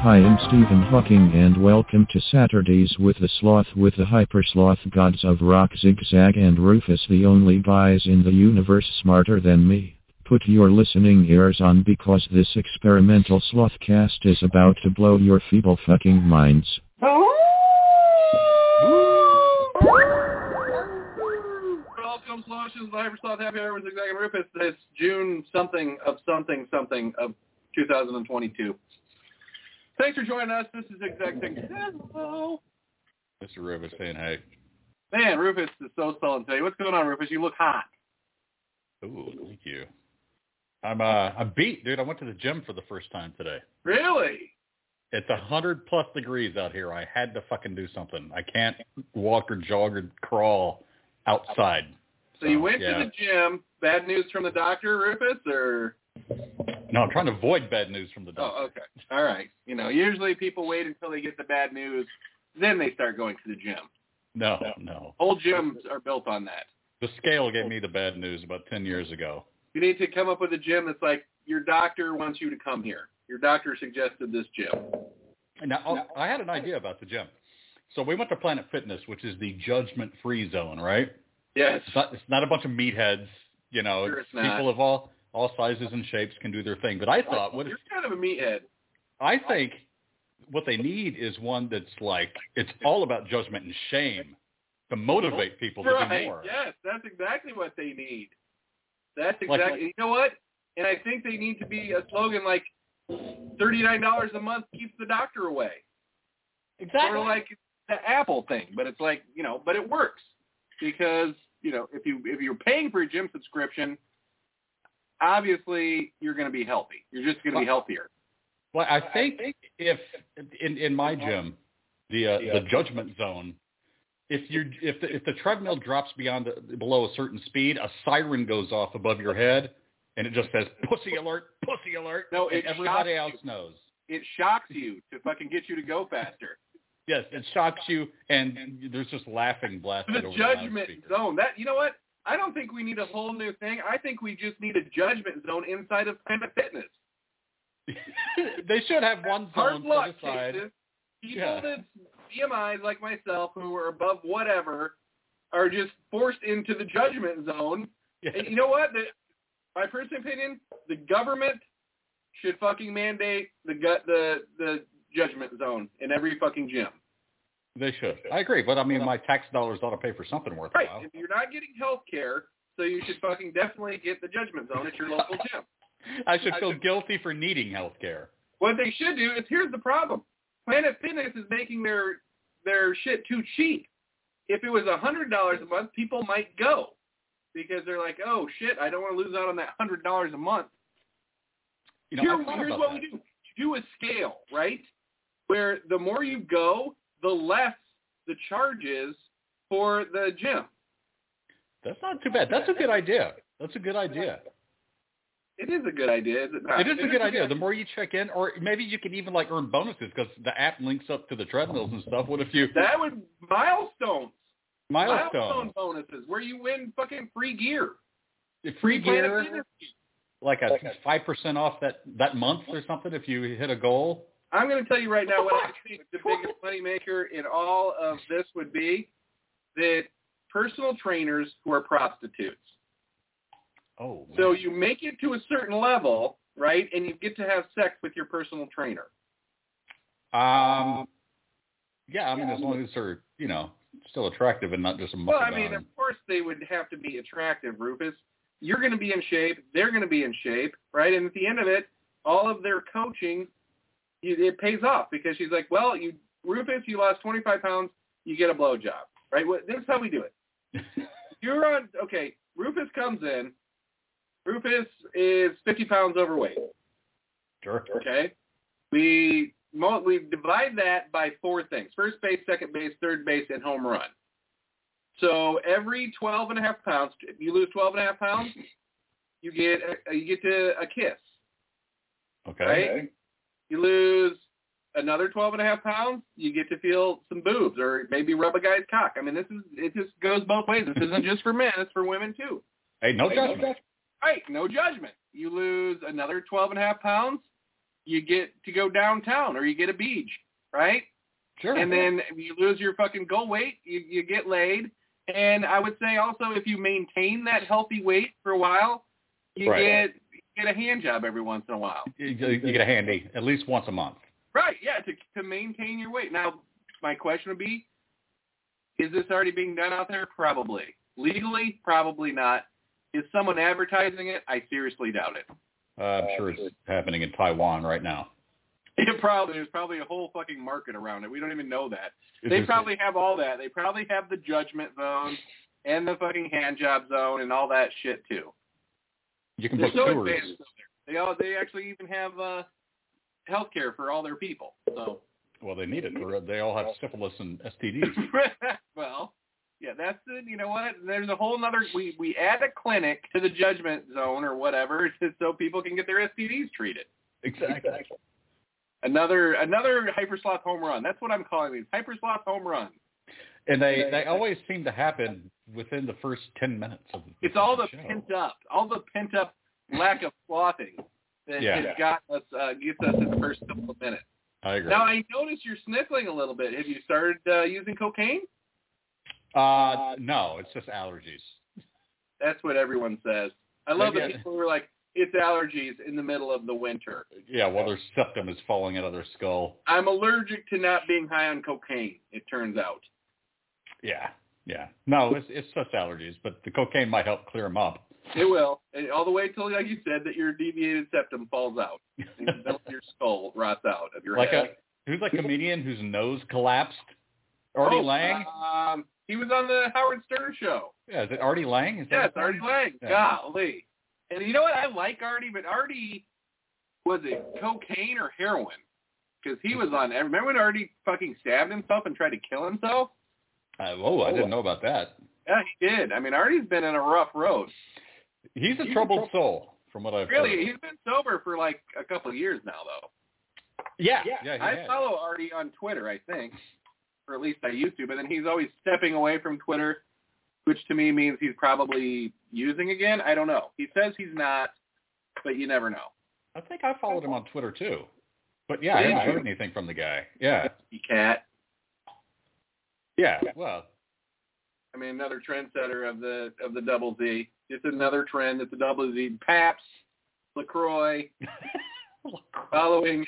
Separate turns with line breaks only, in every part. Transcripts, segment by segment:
Hi, I'm Stephen Hawking and welcome to Saturdays with the Sloth with the Hyper Sloth Gods of Rock Zigzag and Rufus the only guys in the universe smarter than me. Put your listening ears on because this experimental Slothcast is about to blow your feeble fucking minds.
Welcome, Sloshes, the Hyper Sloth Happy Hour with Zigzag and Rufus. It's June something of something something of 2022. Thanks for joining us. This is Exact Thing. Hello.
Mr. Rufus saying hey.
Man, Rufus is so sullen today. What's going on, Rufus? You look hot.
Ooh, thank you. I'm uh I'm beat, dude. I went to the gym for the first time today.
Really?
It's a hundred plus degrees out here. I had to fucking do something. I can't walk or jog or crawl outside.
So, you went to the gym. Bad news from the doctor, Rufus, or
No, I'm trying to avoid bad news from the doctor.
Oh, okay. All right. You know, usually people wait until they get the bad news, then they start going to the gym.
No, no.
Old gyms are built on that.
The scale gave me the bad news about ten years ago.
You need to come up with a gym that's like your doctor wants you to come here. Your doctor suggested this gym.
And now, oh, I had an idea about the gym. So we went to Planet Fitness, which is the judgment free zone, right?
Yes.
It's not, it's not a bunch of meatheads, you know.
Sure
it's
it's not.
people of all all sizes and shapes can do their thing. But I thought, what if
You're kind of a meathead.
I think what they need is one that's like it's all about judgment and shame to motivate people to do
Right.
more.
Yes, that's exactly what they need. That's
Like-
exactly. you know what? And I think they need to be a slogan like thirty-nine dollars a month keeps the doctor away,
Exactly.
or like the Apple thing. But it's like you know, but it works because you know if you if you're paying for a gym subscription, obviously you're going to be healthy. You're just going to be healthier.
well, I think if in in my gym the uh, the judgment zone if you if the, if the treadmill drops beyond the, below a certain speed, a siren goes off above your head and it just says pussy alert, pussy alert.
No,
and
it
everybody
shocks
else
you.
knows.
It shocks you to fucking get you to go faster.
Yes, it shocks you, and there's just laughing blasted
the
over
judgment
the loudspeaker.
zone. That you know what? I don't think we need a whole new thing. I think we just need a judgment zone inside of Planet Fitness.
they should have one
Hard
zone
luck
set aside.
cases. People
Yeah.
that BMIs like myself who are above whatever are just forced into the judgment zone.
Yeah.
And you know what? The, my personal opinion: the government should fucking mandate the gut the the judgment zone in every fucking gym.
They should. I agree, but I mean, my tax dollars ought to pay for something
Right.
worthwhile.
If you're not getting health care, so you should fucking definitely get the judgment zone at your local gym.
I should
I
feel
should-
guilty for needing health care.
What they should do is here's the problem. Planet Fitness is making their their shit too cheap. If it was a hundred dollars a month, people might go because they're like, oh shit, I don't want to lose out on that hundred dollars a month.
You know, I
Here,
thought
here's
about
what
that.
we do: you do a scale, right? Where the more you go, the less the charge is for the gym.
That's not too bad. That's a good idea. That's a good idea.
It is a good idea, is it not?
It is a good idea. The more you check in, or maybe you can even like earn bonuses because the app links up to the treadmills and stuff. What if you
That would milestones.
milestone,
bonuses where you win fucking free gear.
free
Planet
gear,
Fitness.
like a five percent off that that month or something if you hit a goal?
I'm going to tell you right now what I think the biggest moneymaker in all of this would be that personal trainers who are prostitutes.
Oh,
So
man.
you make it to a certain level, right, and you get to have sex with your personal trainer.
um, yeah, I mean as long as they're you know still attractive and not just a
Well, I
mukbang.
mean, of course they would have to be attractive, Rufus. You're going to be in shape. They're going to be in shape, right? And at the end of it, all of their coaching, it it pays off because she's like, well, you, Rufus, you lost 25 pounds. You get a blowjob, right? What- This is how we do it. You're on, okay, Rufus comes in. Rufus is 50 pounds overweight,
sure.
okay? We, mo- we divide that by four things, first base, second base, third base, and home run. So every 12 and a half pounds, if you lose 12 and a half pounds, you get a, you get to a kiss,
Okay.
right? You lose another 12 and a half pounds, you get to feel some boobs or maybe rub a guy's cock. I mean, this is it just goes both ways. This isn't just for men, it's for women too.
Hey, no
no
judgment.
Right, no judgment. You lose another 12 and a half pounds, you get to go downtown or you get a beach, right?
Sure.
and then you lose your fucking goal weight, you, you get laid. And I would say also if you maintain that healthy weight for a while, you
Right.
get you get a hand job every once in a while.
you, you get a handy at least once a month.
Right, yeah, to to maintain your weight. Now my question would be is this already being done out there? Probably. Legally, probably not. Is someone advertising it? I seriously doubt it.
Uh, I'm sure it's happening in Taiwan right now.
It probably there's probably a whole fucking market around it. We don't even know that. They probably have all that. They probably have the judgment zone and the fucking hand job zone and all that shit too.
you can
They're
book
so
tours.
advanced. over there. They all they actually even have uh health care for all their people. So
Well, they need it. Or they all have syphilis and STDs.
well, yeah, that's the you know what? There's a whole nother we we add a clinic to the judgment zone or whatever so people can get their STDs treated.
exactly.
Another another hypersloth home run. That's what I'm calling these. Hypersloth home runs.
And they they always seem to happen within the first ten minutes of the
It's all the
show.
pent up, all the pent up lack of slothing that
Yeah.
has got us uh, gets us in the first couple of minutes.
I agree.
Now I notice you're sniffling a little bit. Have you started uh, using cocaine?
uh, no, it's just allergies.
That's what everyone says. I love
Maybe
that
I-
people were like, "It's allergies in the middle of the winter.
Yeah, well, their septum is falling out of their skull.
I'm allergic to not being high on cocaine." It turns out.
Yeah, yeah. No, it's it's just allergies, but the cocaine might help clear them up.
It will, and all the way till, like you said, that your deviated septum falls out, and the middle of your skull rots out of your
like
head.
a who's that comedian whose nose collapsed? Artie
Oh,
Lang?
Um, he was on the Howard Stern show.
yeah, is it Artie Lang? Is that
Yes,
his name?
Artie Lang.
Yeah.
Golly. And you know what? I like Artie, but Artie was it cocaine or heroin? Because he was on. Remember when Artie fucking stabbed himself and tried to kill himself?
Uh, whoa, I didn't know about that.
Yeah, he did. I mean, Artie's been in a rough road.
He's a troubled soul, from what I've
Really,
heard.
he's been sober for like a couple of years now, though.
Yeah, yeah, he
I
has.
follow Artie on Twitter, I think, or at least I used to. But then he's always stepping away from Twitter, which to me means he's probably using again. I don't know. He says he's not, but you never know.
I think I followed him on Twitter too. But yeah, I
Did
haven't
you?
heard anything from the guy. Yeah,
He cat.
yeah. Well,
I mean, another trendsetter of the of the double Z. Just another trend. It's a double Z. Paps, Lacroix, following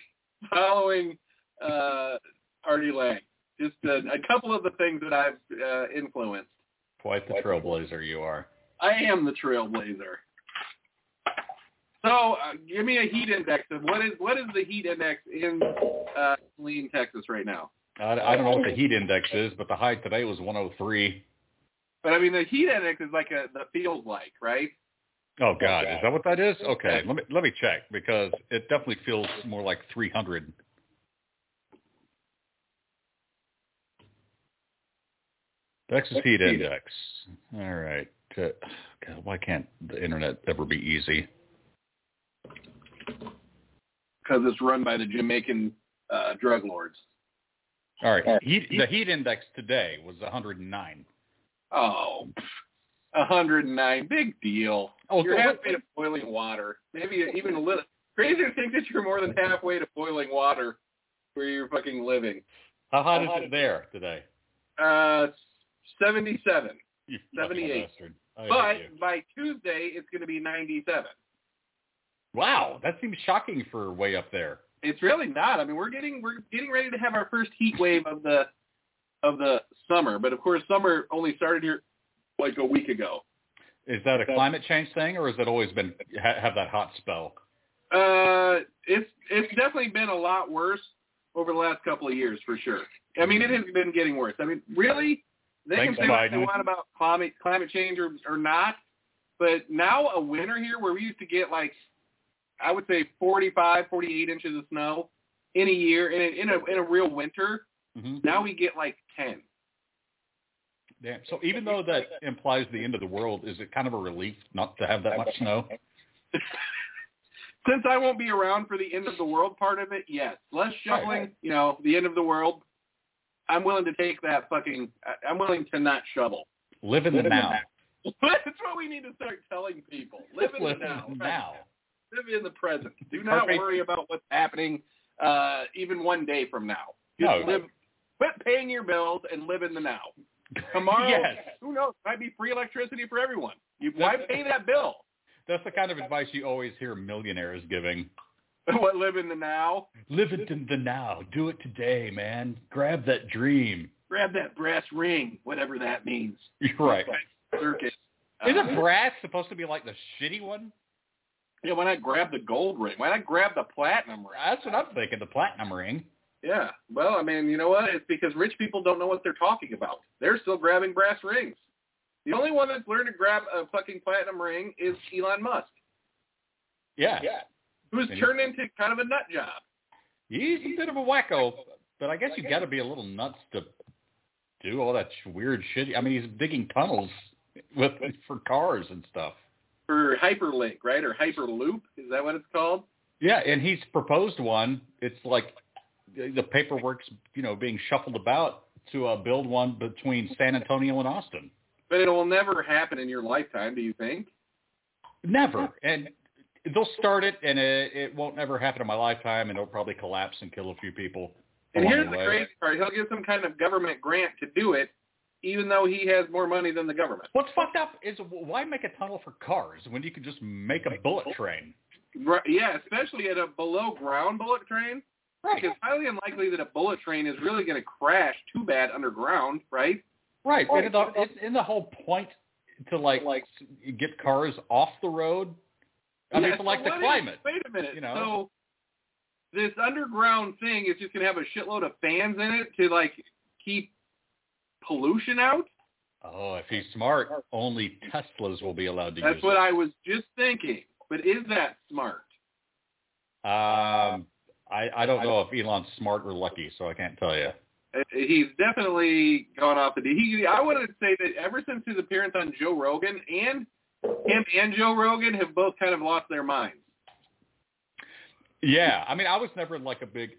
following uh, Artie Lang. Just a, a couple of the things that I've uh, influenced.
quite the trailblazer you are.
I am the trailblazer. So uh, give me a heat index of what is what is the heat index in uh, Lean, Texas right now?
I, I don't know what the heat index is, but the high today was 103.
But I mean, the heat index is like a the feels like, right?
Oh God, is that what that is? Okay, let me let me check because it definitely feels more like 300. Texas heat index. All right. Uh, God, why can't the internet ever be easy?
because it's run by the Jamaican uh, drug lords.
All right. Heat, the heat index today was 109.
Oh, pff, 109, big deal.
Oh,
You're
so what-
halfway to boiling water. Maybe even a little. Crazy to think that you're more than halfway to boiling water where you're fucking living.
How hot is it there today?
Uh, 77.
You fucking
78.
bastard. I hate
But
you.
by Tuesday, it's going to be 97.
wow, that seems shocking for way up there.
It's really not. I mean, we're getting we're getting ready to have our first heat wave of the of the summer. But of course, summer only started here like a week ago.
Is that a
That's-
climate change thing, or has it always been ha- have that hot spell?
Uh, it's it's definitely been a lot worse over the last couple of years for sure. I mean, it has been getting worse. I mean, really, they
Thanks,
can say what they
Biden.
want about climate climate change or or not, but now a winter here where we used to get like, I would say 45, 48 inches of snow in a year in a, in a in a real winter.
Mm-hmm.
Now we get like ten.
Damn. So even though that implies the end of the world, is it kind of a relief not to have that much snow?
Since I won't be around for the end of the world part of it, yes, less shoveling.
Right.
You know, the end of the world. I'm willing to take that fucking. I- I'm willing to not shovel.
Live in the
Live in the
now.
That's what we need to start telling people. Live in the
Live
now.
in the now.
Live in the present. Do not
Perfect.
worry about what's happening uh, even one day from now. Just
No.
live, quit paying your bills and live in the now. Tomorrow,
Yes.
who knows? Might be free electricity for everyone. You, why pay that bill?
That's the kind of advice you always hear millionaires giving.
what, live in the now?
Live it in the now. Do it today, man. Grab that dream.
Grab that brass ring, whatever that means.
You're right.
Circus. Uh,
Isn't brass supposed to be like the shitty one?
yeah, why not grab the gold ring? Why not grab the platinum ring?
That's what I'm thinking. The platinum ring.
Yeah. Well, I mean, you know what? It's because rich people don't know what they're talking about. They're still grabbing brass rings. The only one that's learned to grab a fucking platinum ring is Elon Musk,
Yeah.
who's
Mhm.
turned into kind of a nut job.
He's a bit of a wacko, but I guess you got to be a little nuts to do all that sh- weird shit. I mean, he's digging tunnels with for cars and stuff.
For Hyperlink, right? Or Hyperloop. Is that what it's called?
Yeah, and he's proposed one. It's like the paperwork's you know being shuffled about to uh, build one between San Antonio and Austin.
But it'll never happen in your lifetime, do you think?
Never. And they'll start it, and it, it won't ever happen in my lifetime, and it'll probably collapse and kill a few people.
And
along
here's the
way.
crazy part. He'll get some kind of government grant to do it, even though he has more money than the government.
What's fucked up is why make a tunnel for cars when you could just make a bullet train?
Right, yeah, especially at a below ground bullet train.
Right.
It's highly unlikely that a bullet train is really going to crash too bad underground, right?
Right. And the, it's in the whole point to like like get cars off the road. I mean,
Yeah,
to like
so
the
what is-
climate.
wait a minute.
you know?
So this underground thing is just going to have a shitload of fans in it to like keep pollution out.
Oh, if he's smart, only Teslas will be allowed to
That's
use
what I was just thinking. But is that smart?
it. Um, I I don't know if Elon's smart or lucky, so I can't tell you.
Uh, He's definitely gone off the. He, I would say that ever since his appearance on Joe Rogan, and him and Joe Rogan have both kind of lost their minds.
Yeah, I mean, I was never like a big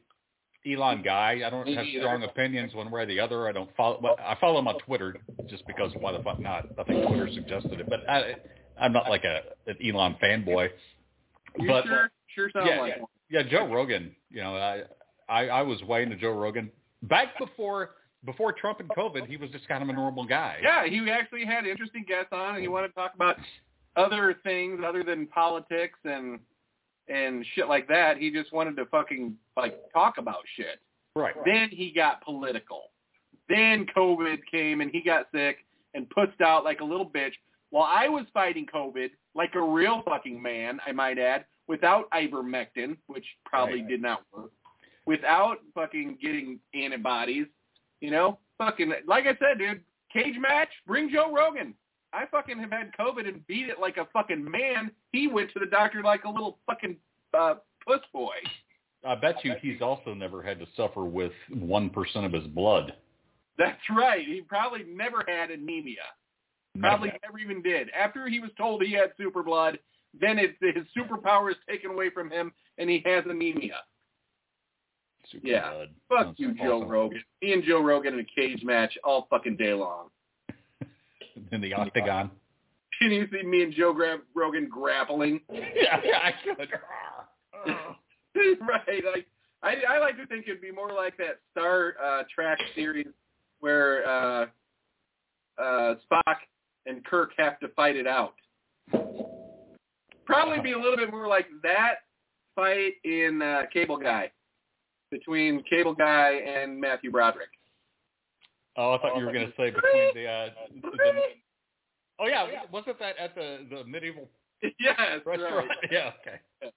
Elon guy. I don't
Me
have
neither.
strong opinions one way or the other. I don't follow. well, I follow him on Twitter just because why the fuck not? I think Twitter suggested it, but I I'm not like a an Elon fanboy.
You
But
sure? Sure sound
yeah,
like one.
yeah, Joe Rogan. You know, I, I I was way into Joe Rogan back before before Trump and COVID. He was just kind of a normal guy.
Yeah, he actually had interesting guests on, and he wanted to talk about other things other than politics and and shit like that. He just wanted to fucking like talk about shit.
Right.
Then he got political. Then COVID came, and he got sick and pussed out like a little bitch. While I was fighting COVID like a real fucking man, I might add, without ivermectin, which probably
Right.
did not work, without fucking getting antibodies, you know, fucking like I said, dude, cage match, bring Joe Rogan. I fucking have had COVID and beat it like a fucking man. He went to the doctor like a little fucking uh, puss boy.
I bet you he's also never had to suffer with one percent of his blood.
That's right. He probably never had anemia. Probably never even did. After he was told he had super blood, then it, his superpower is taken away from him and he has anemia.
Super
Yeah.
Bud.
Fuck
Sounds
you, Joe
awesome.
Rogan. Me and Joe Rogan in a cage match all fucking day long.
In the octagon.
Can you see me and Joe Gra- Rogan grappling?
yeah, I could.
right. Like I, I like to think it'd be more like that Star uh, Trek series where uh, uh, Spock and Kirk have to fight it out. Probably be a little bit more like that fight in uh, Cable Guy between Cable Guy and Matthew Broderick.
Oh, I thought you were going to say between the. Uh, the oh yeah, wasn't that at the the medieval
yes, right.
restaurant? Yeah. Okay.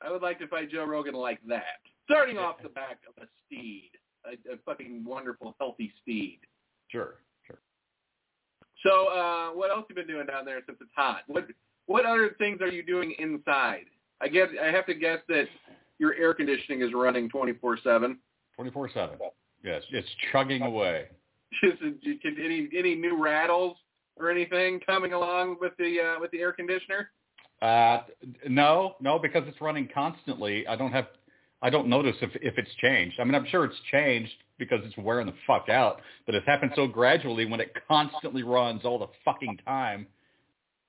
I would like to fight Joe Rogan like that. Starting off the back of a steed, a, a fucking wonderful, healthy steed.
Sure. Sure.
So, uh, what else you been doing down there since it's hot? What what other things are you doing inside? I guess I have to guess that your air conditioning is running twenty four seven.
Twenty four seven. Yes, it's chugging away.
Just any any new rattles or anything coming along with the uh, with the air conditioner?
Uh, no, no, because it's running constantly. I don't have, I don't notice if if it's changed. I mean, I'm sure it's changed because it's wearing the fuck out, but it's happened so gradually when it constantly runs all the fucking time.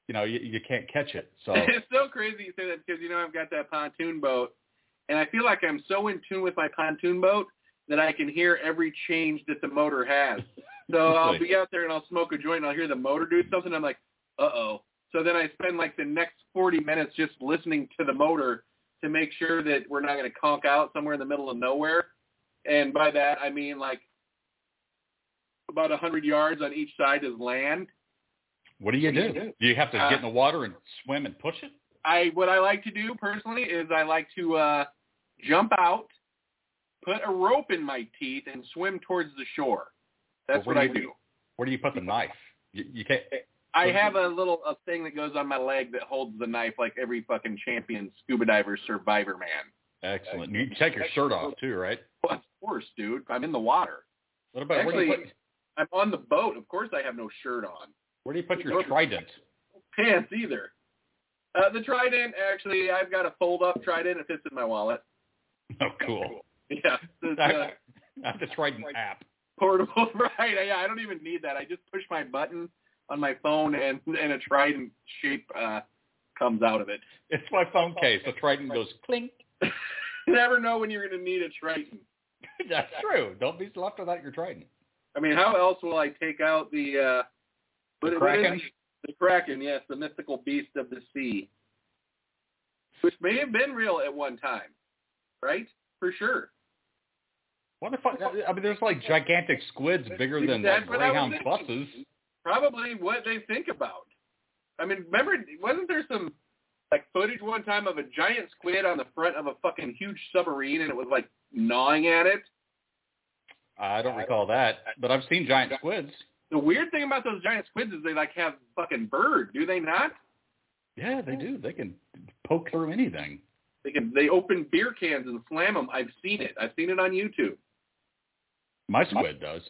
You know, you, you can't catch it. So
It's so crazy you say that because you know I've got that pontoon boat, and I feel like I'm so in tune with my pontoon boat that I can hear every change that the motor has. So I'll be out there and I'll smoke a joint and I'll hear the motor do something. I'm like, uh oh. So then I spend like the next 40 minutes just listening to the motor to make sure that we're not going to conk out somewhere in the middle of nowhere. And by that I mean like about 100 yards on each side is land.
what do you do? Do Uh, you have to get in the water and swim and push it?
I what I like to do personally is I like to uh, jump out, put a rope in my teeth, and swim towards the shore. That's what
Well, where
I
do you-
do.
Where do you put the knife? You, you can't.
I
where do
have a little a thing that goes on my leg that holds the knife like every fucking champion scuba diver survivor man.
Excellent. You take your shirt off too, right?
Well, of course, dude. I'm in the water.
What about where do you put,
Actually- I'm on the boat. Of course, I have no shirt on.
where do you put your trident?
Pants either. Uh, the trident, actually, I've got a fold-up trident. It fits in my wallet.
Oh, cool.
Yeah, it's, uh,
I, I have the trident app.
portable right yeah i don't even need that i just push my button on my phone and and a trident shape uh comes out of it
It's my phone case. The Triton goes clink.
you never know when you're going to need a trident
That's true. Don't be left without your Triton.
i mean how else will i take out the uh what, what is
Kraken.
it? the kraken yes the mythical beast of the sea which may have been real at one time right for sure
What the fuck? I mean, there's like gigantic squids bigger than like
That's what I was
Greyhound
thinking.
buses.
probably what they think about i mean remember wasn't there some like footage one time of a giant squid on the front of a fucking huge submarine and it was like gnawing at it.
I don't recall that, but I've seen giant squids.
The weird thing about those giant squids is they like have fucking bird, do they not?
Yeah, they do. They can poke through anything.
They can they open beer cans and slam them. I've seen it. I've seen it on YouTube.
My squid does.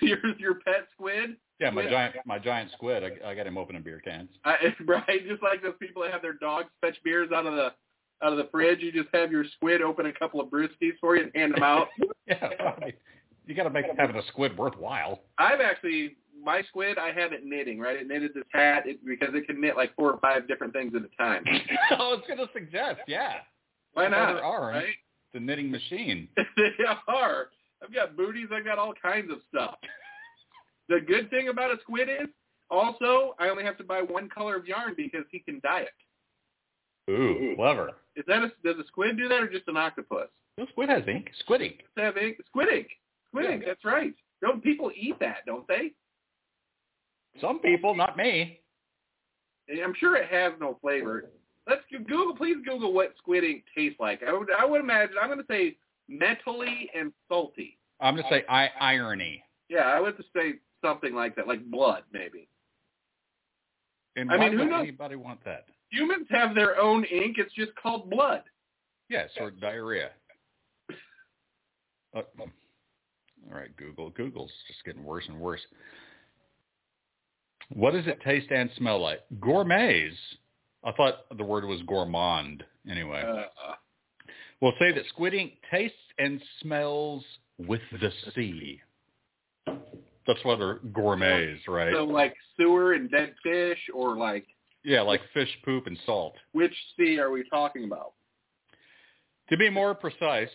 your your pet squid,
Yeah, my
Yeah.
giant my giant squid. I, I got him opening beer cans.
I, right? Just like those people that have their dogs fetch beers out of the out of the fridge. You just have your squid open a couple of brewskis for you and hand them out.
Yeah, I mean, you got to make having a squid worthwhile.
I've actually my squid. I have it knitting. Right, it knitted this hat it, because it can knit like four or five different things at a time.
I was gonna suggest, yeah,
Why
Another
not?
arm.
Right?
the knitting machine.
they are. I've got booties. I've got all kinds of stuff. The good thing about a squid is also I only have to buy one color of yarn because he can dye it.
Ooh, clever.
Is that a, does a squid do that or just an octopus?
This squid has ink. Squid ink.
Does it have ink? Squid ink. Squid
Yeah.
ink. That's right. Don't people eat that? Don't they?
Some people, not me.
I'm sure it has no flavor. Let's go- Google. Please Google what squid ink tastes like. I would. I would imagine. I'm going to say metally and salty.
I'm gonna say I irony.
Yeah, I would say something like that, like blood maybe.
And
I
why
mean, who
would
knows?
anybody want that?
Humans have their own ink. It's just called blood.
Yes, or diarrhea. Uh, all right, Google. Google's just getting worse and worse. What does it taste and smell like? Gourmets. I thought the word was gourmand. Anyway,
Uh,
we'll say that squid ink tastes and smells with the sea. That's why they're gourmets, right?
so like sewer and dead fish, or like
yeah, like fish poop and salt.
which sea are we talking about?
To be more precise,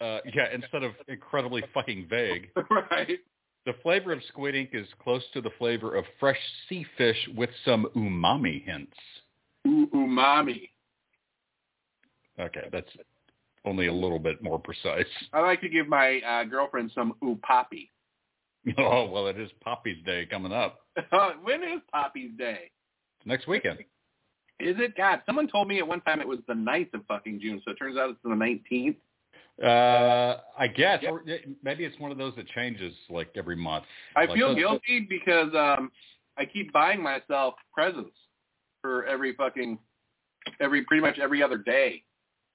uh, yeah, instead of incredibly fucking vague,
right.
the flavor of squid ink is close to the flavor of fresh sea fish with some umami hints.
U- umami.
Okay, that's only a little bit more precise.
I like to give my uh, girlfriend some upapi.
Oh, well, it is Poppy's Day coming up
when is Poppy's Day?
next weekend.
Is it? God, someone told me at one time it was the 9th of fucking June, so it turns out it's the 19th.
Uh, I guess, or maybe it's one of those that changes like every month.
I
Like,
feel
that's-
guilty because um, I keep buying myself presents for every fucking, every pretty much every other day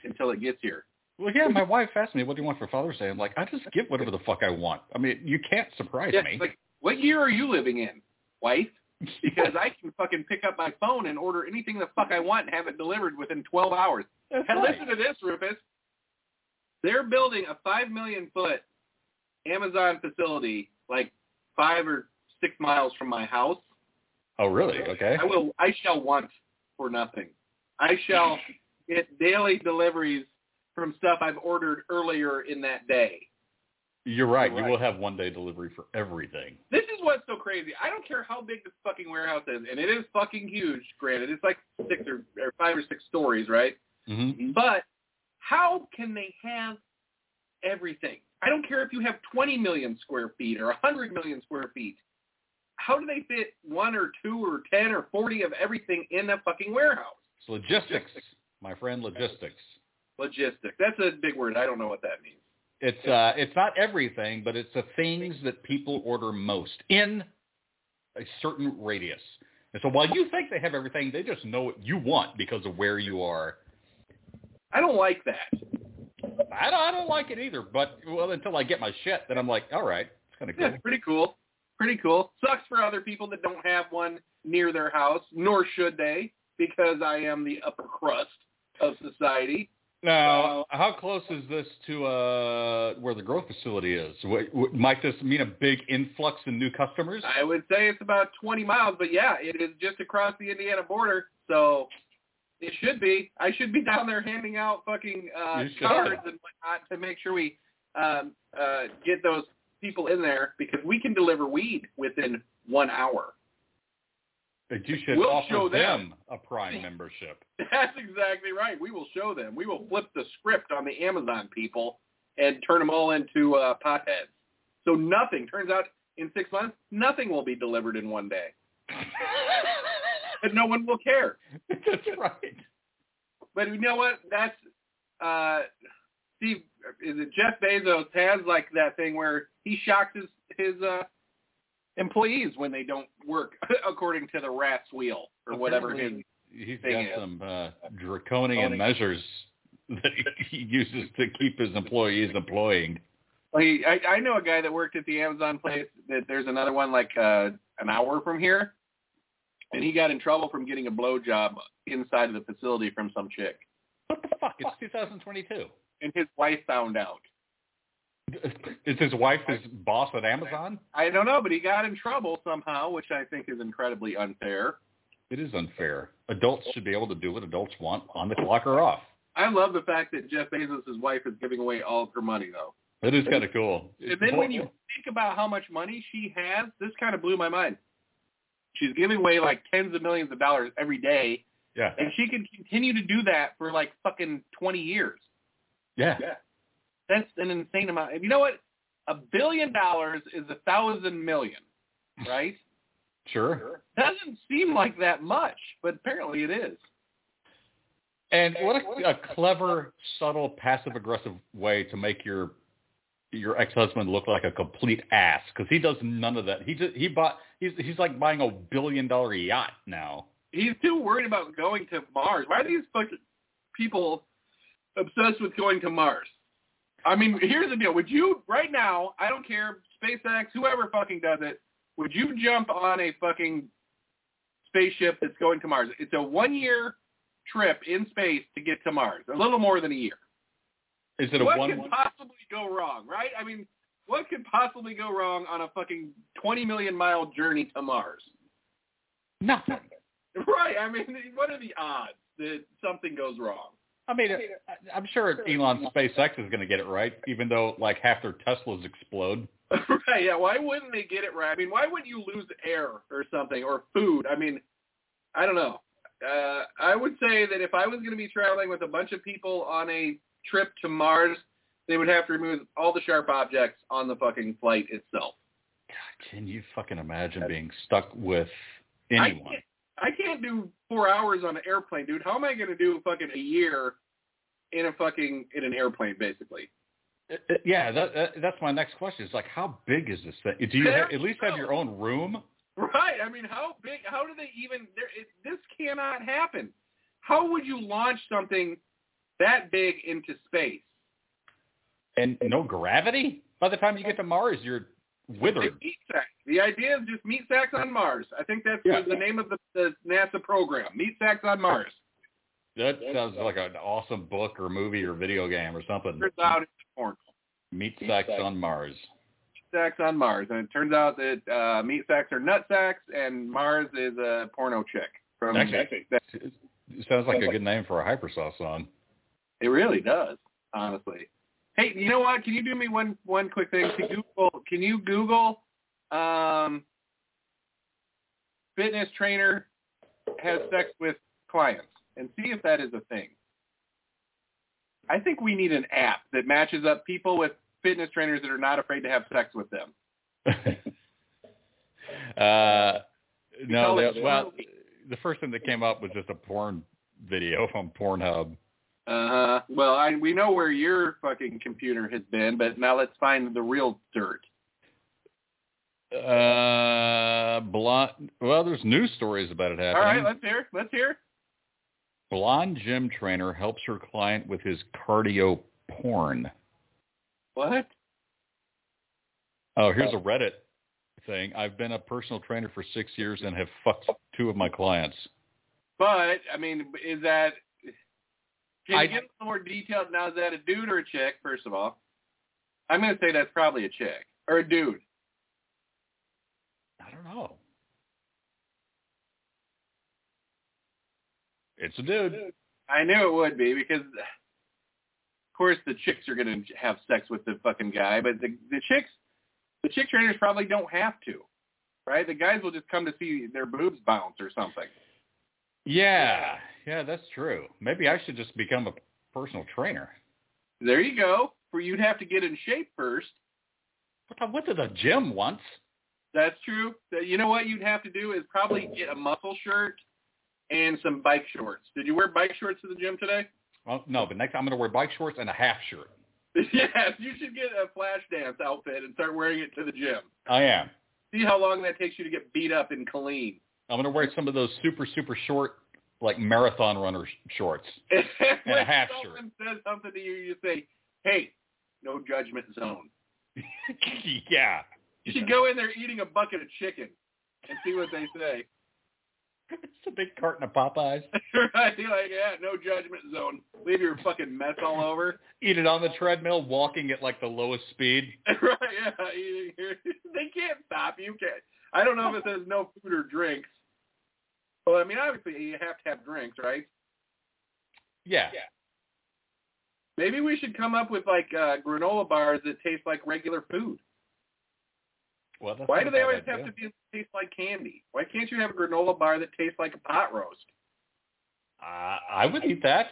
until it gets here.
Well, yeah, my wife asked me, "What do you want for Father's Day?" I'm like, "I just give whatever the fuck I want." I mean, you can't surprise
Yeah,
me.
it's like, what year are you living in, wife? Because I can fucking pick up my phone and order anything the fuck I want and have it delivered within 12 hours.
That's
And
right.
listen to this, Rufus. They're building a five million foot Amazon facility like five or six miles from my house.
Oh, really? Okay.
I will I shall want for nothing. I shall get daily deliveries from stuff I've ordered earlier in that day.
You're right.
You're right.
You will have one day delivery for everything.
This is what's so crazy. I don't care how big this fucking warehouse is, and it is fucking huge, granted. It's like six or, or five or six stories, right?
Mm-hmm.
But how can they have everything? I don't care if you have 20 million square feet or 100 million square feet. How do they fit one or two or 10 or 40 of everything in a fucking warehouse?
It's logistics, my friend. Logistics.
Logistics. That's a big word. I don't know what that means.
It's uh, it's not everything, but it's the things that people order most in a certain radius. And so while you think they have everything, they just know what you want because of where you are.
I don't like that.
I don't, I don't like it either, but well, until I get my shit, then I'm like, all right, it's kind of
Yeah,
cool.
pretty cool. Pretty cool. Sucks for other people that don't have one near their house, nor should they, because I am the upper crust of society.
Now, how close is this to uh, where the growth facility is? Wh- wh- Might this mean a big influx in new customers?
I would say it's about 20 miles, but yeah, it is just across the Indiana border, so it should be. I should be down there handing out fucking uh,
You should.
cards and whatnot to make sure we um, uh, get those people in there because we can deliver weed within one hour.
That you should
We'll
offer
show them.
them a Prime membership.
That's exactly right. We will show them. We will flip the script on the Amazon people and turn them all into uh, potheads. So nothing turns out in six months, nothing will be delivered in one day, and no one will care.
That's right.
But you know what? That's uh, Steve. Is it Jeff Bezos has like that thing where he shocks his his uh, employees when they don't work according to the rat's wheel or whatever his
Apparently, He's
thing
got
is.
some uh, draconian measures that he uses to keep his employees employing.
Like I, I know a guy that worked at the Amazon place that there's another one like uh, an hour from here, and he got in trouble from getting a blowjob inside of the facility from some chick,
What the fuck? It's 2022.
and his wife found out.
Is his wife his boss at Amazon?
I don't know, but he got in trouble somehow, which I think is incredibly unfair.
It is unfair. Adults should be able to do what adults want on the clock or off.
I love the fact that Jeff Bezos' wife is giving away all of her money, though.
It is kind of cool.
And then when you think about how much money she has, this kind of blew my mind. She's giving away like tens of millions of dollars every day,
yeah,
and she could continue to do that for like fucking 20 years.
yeah,
That's an insane amount. And you know what? A billion dollars is a thousand million, right?
sure.
Doesn't seem like that much, but apparently it is.
And what a, a clever, subtle, passive-aggressive way to make your your ex-husband look like a complete ass because he does none of that. He just he bought he's he's like buying a billion-dollar yacht now.
He's too worried about going to Mars. Why are these fucking people obsessed with going to Mars? I mean, here's the deal. Would you right now? I don't care, SpaceX, whoever fucking does it. Would you jump on a fucking spaceship that's going to Mars? It's a one-year trip in space to get to Mars. A little more than a year.
Is it a
what
one?
could possibly go wrong, right? I mean, what could possibly go wrong on a fucking 20 million mile journey to Mars?
Nothing.
Right. I mean, what are the odds that something goes wrong?
I mean, I- I'm sure Elon SpaceX is going to get it right, even though like half their Teslas explode.
right. Yeah. Why wouldn't they get it right? I mean, why wouldn't you lose air or something or food? I mean, I don't know. Uh, I would say that if I was going to be traveling with a bunch of people on a trip to Mars, they would have to remove all the sharp objects on the fucking flight itself.
God, can you fucking imagine being stuck with
I
anyone?
can't- I can't do four hours on an airplane, dude. How am I going to do fucking a year in a fucking in an airplane, basically?
Uh, uh, Yeah, that, that, that's my next question. It's like, how big is this thing? Do you
There
ha- at least have your own room?
Right. I mean, how big? How do they even? There, it, this cannot happen. How would you launch something that big into space?
and no gravity. By the time you get to Mars, you're withered.
Like meat sacks. The idea is just meat sacks on Mars. I think that's
Yeah.
the name of the, the NASA program. Meat sacks on Mars.
That sounds like an awesome book or movie or video game or something.
Turns out it's porn.
Meat sex on Mars.
Meat sacks on Mars, and it turns out that uh, meat sacks are nut sacks, and Mars is a porno chick. From
Actually,
that,
It sounds like a good name for a hypersauce song.
it really does, honestly. Hey, you know what? Can you do me one one quick thing? Can Google? Can you Google? Um, fitness trainer has sex with clients, and see if that is a thing. I think we need an app that matches up people with fitness trainers that are not afraid to have sex with them.
uh, no,
call
that,
it-
well, the first thing that came up was just a porn video from Pornhub.
Uh, well, I, we know where your fucking computer has been, but now let's find the real dirt.
Uh, blonde. Well, there's news stories about it
All right,
happening.
let's hear. it. Let's hear. it.
blonde gym trainer helps her client with his cardio porn.
What?
Oh, here's a Reddit thing. I've been a personal trainer for six years and have fucked two of my clients.
But I mean, is that? Can
I-
you give us more detail? Now, is that a dude or a chick? First of all, I'm going to say that's probably a chick or a dude.
I don't know. It's a dude.
I knew it would be because, of course, the chicks are going to have sex with the fucking guy, but the the chicks, the chick trainers probably don't have to, right? The guys will just come to see their boobs bounce or something.
Yeah. Yeah, that's true. Maybe I should just become a personal trainer.
There you go. For you'd have to get in shape first.
But I went to the gym once.
That's true. So You know what you'd have to do is probably get a muscle shirt and some bike shorts. Did you wear bike shorts to the gym today?
Well, no, but next I'm going to wear bike shorts and a half shirt.
yes, you should get a flash dance outfit and start wearing it to the gym.
I am.
See how long that takes you to get beat up and clean.
I'm going to wear some of those super, super short, like marathon runner sh- shorts.
and
a half shirt.
someone says something to you, you say, hey, no judgment zone.
yeah.
You should go in there eating a bucket of chicken and see what they say.
It's a big carton of Popeyes.
right? You're like, yeah, no judgment zone. Leave your fucking mess all over.
Eat it on the treadmill, walking at like the lowest speed.
right, yeah. you- you- they can't stop you. Can't. I don't know if it says no food or drinks. Well, I mean, obviously you have to have drinks, right?
Yeah.
Maybe we should come up with like uh, granola bars that taste like regular food.
Well, that's
Why do
not a
they
bad
always
idea.
have to be taste like candy? Why can't you have a granola bar that tastes like a pot roast?
Uh, I would eat that.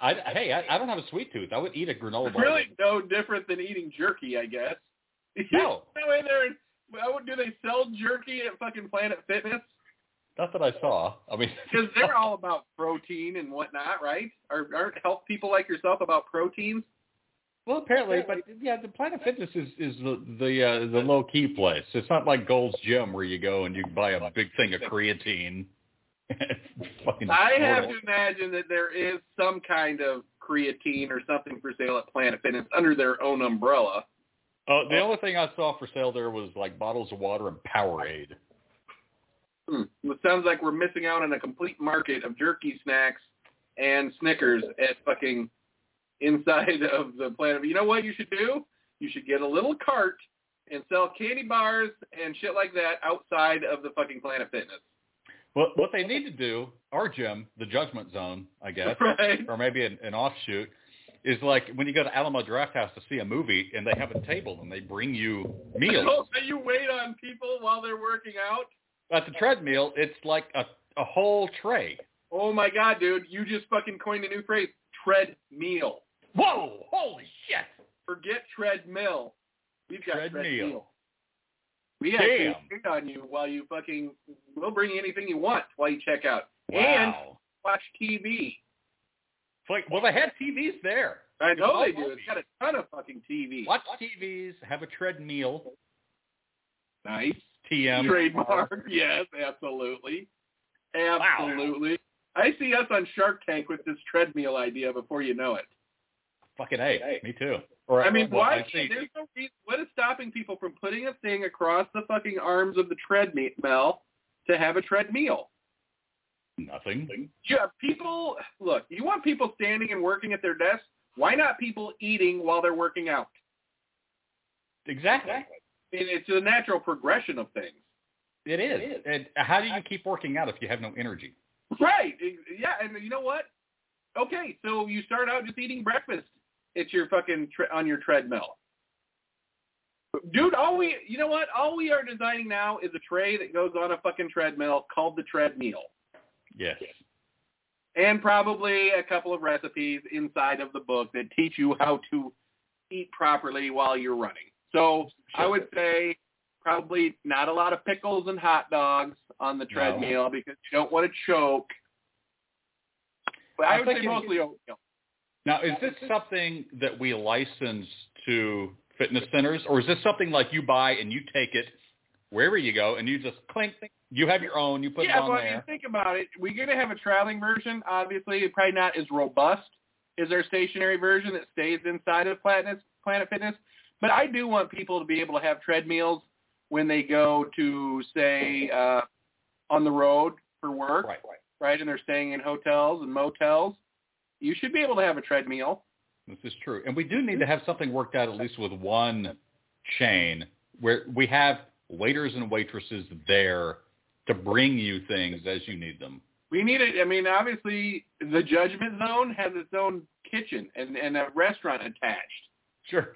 I, I, hey, I, I don't have a sweet tooth. I would eat a granola bar.
really no different than eating jerky, I guess.
No.
Go in there and well, do they sell jerky at fucking Planet Fitness?
Not that I saw. I mean,
Because they're all about protein and whatnot, right? Are, aren't health people like yourself about proteins?
well, apparently, but yeah, the Planet Fitness is is the the uh, the low key place. It's not like Gold's Gym where you go and you buy a big thing of creatine. Fucking
I have
snorted.
to imagine that there is some kind of creatine or something for sale at Planet Fitness under their own umbrella.
Uh, the only thing I saw for sale there was like bottles of water and Powerade.
Hmm. Well, It sounds like we're missing out on a complete market of jerky snacks and Snickers at fucking inside of the planet. You know what you should do? You should get a little cart and sell candy bars and shit like that outside of the fucking Planet Fitness.
What what they need to do, our gym, the Judgment Zone, I guess,
Right.
or maybe an, an offshoot, is like when you go to Alamo Draft House to see a movie and they have a table and they bring you meals.
Oh, so you wait on people while they're working out?
At the treadmill, it's like a a whole tray.
Oh my god, dude, you just fucking coined a new phrase. Treadmeal.
Whoa! Holy shit!
Forget treadmill. We've got
Treadmill.
treadmill. We have to
Damn.
shit on you while you fucking. We'll bring you anything you want while you check out and
Wow.
watch TV.
It's like, well, they had TVs there.
I know
all
they do.
movies.
It's got a ton of fucking TV.
Watch TVs, have a treadmill,
Nice
TM.
trademark. Yes, absolutely,
Wow.
absolutely. I see us on Shark Tank with this treadmill idea before you know it.
Fucking A. Me too. Or,
I mean,
well,
why?
I see.
there's no reason. What is stopping people from putting a thing across the fucking arms of the treadmill to have a treadmill?
Nothing.
Yeah, people. Look, you want people standing and working at their desks. Why not people eating while they're working out?
Exactly.
I mean, it's a natural progression of things.
It is. And how do you keep working out if you have no energy?
Right. E, Yeah, and you know what? Okay, so you start out just eating breakfast. It's your fucking tre- on your treadmill. Dude, all we you know what? All we are designing now is a tray that goes on a fucking treadmill called the treadmill.
Yes.
And probably a couple of recipes inside of the book that teach you how to eat properly while you're running. So I would say probably not a lot of pickles and hot dogs on the
No.
treadmill because you don't want to choke. But I,
I
would
think
say
it-
mostly oatmeal.
Now, is this something that we license to fitness centers, or is this something like you buy and you take it wherever you go and you just clink? You have your own. You put
yeah,
it on
but you
there.
think about it, we're gonna have a traveling version. Obviously, it's probably not as robust as our stationary version that stays inside of Planet Planet Fitness. But I do want people to be able to have treadmills when they go to, say, uh, on the road for work.
Right.
right? And they're staying in hotels and motels. You should be able to have a treadmill.
This is true. And we do need to have something worked out at least with one chain where we have waiters and waitresses there to bring you things as you need them.
We need it. I mean, obviously, the Judgment Zone has its own kitchen and, and a restaurant attached.
Sure.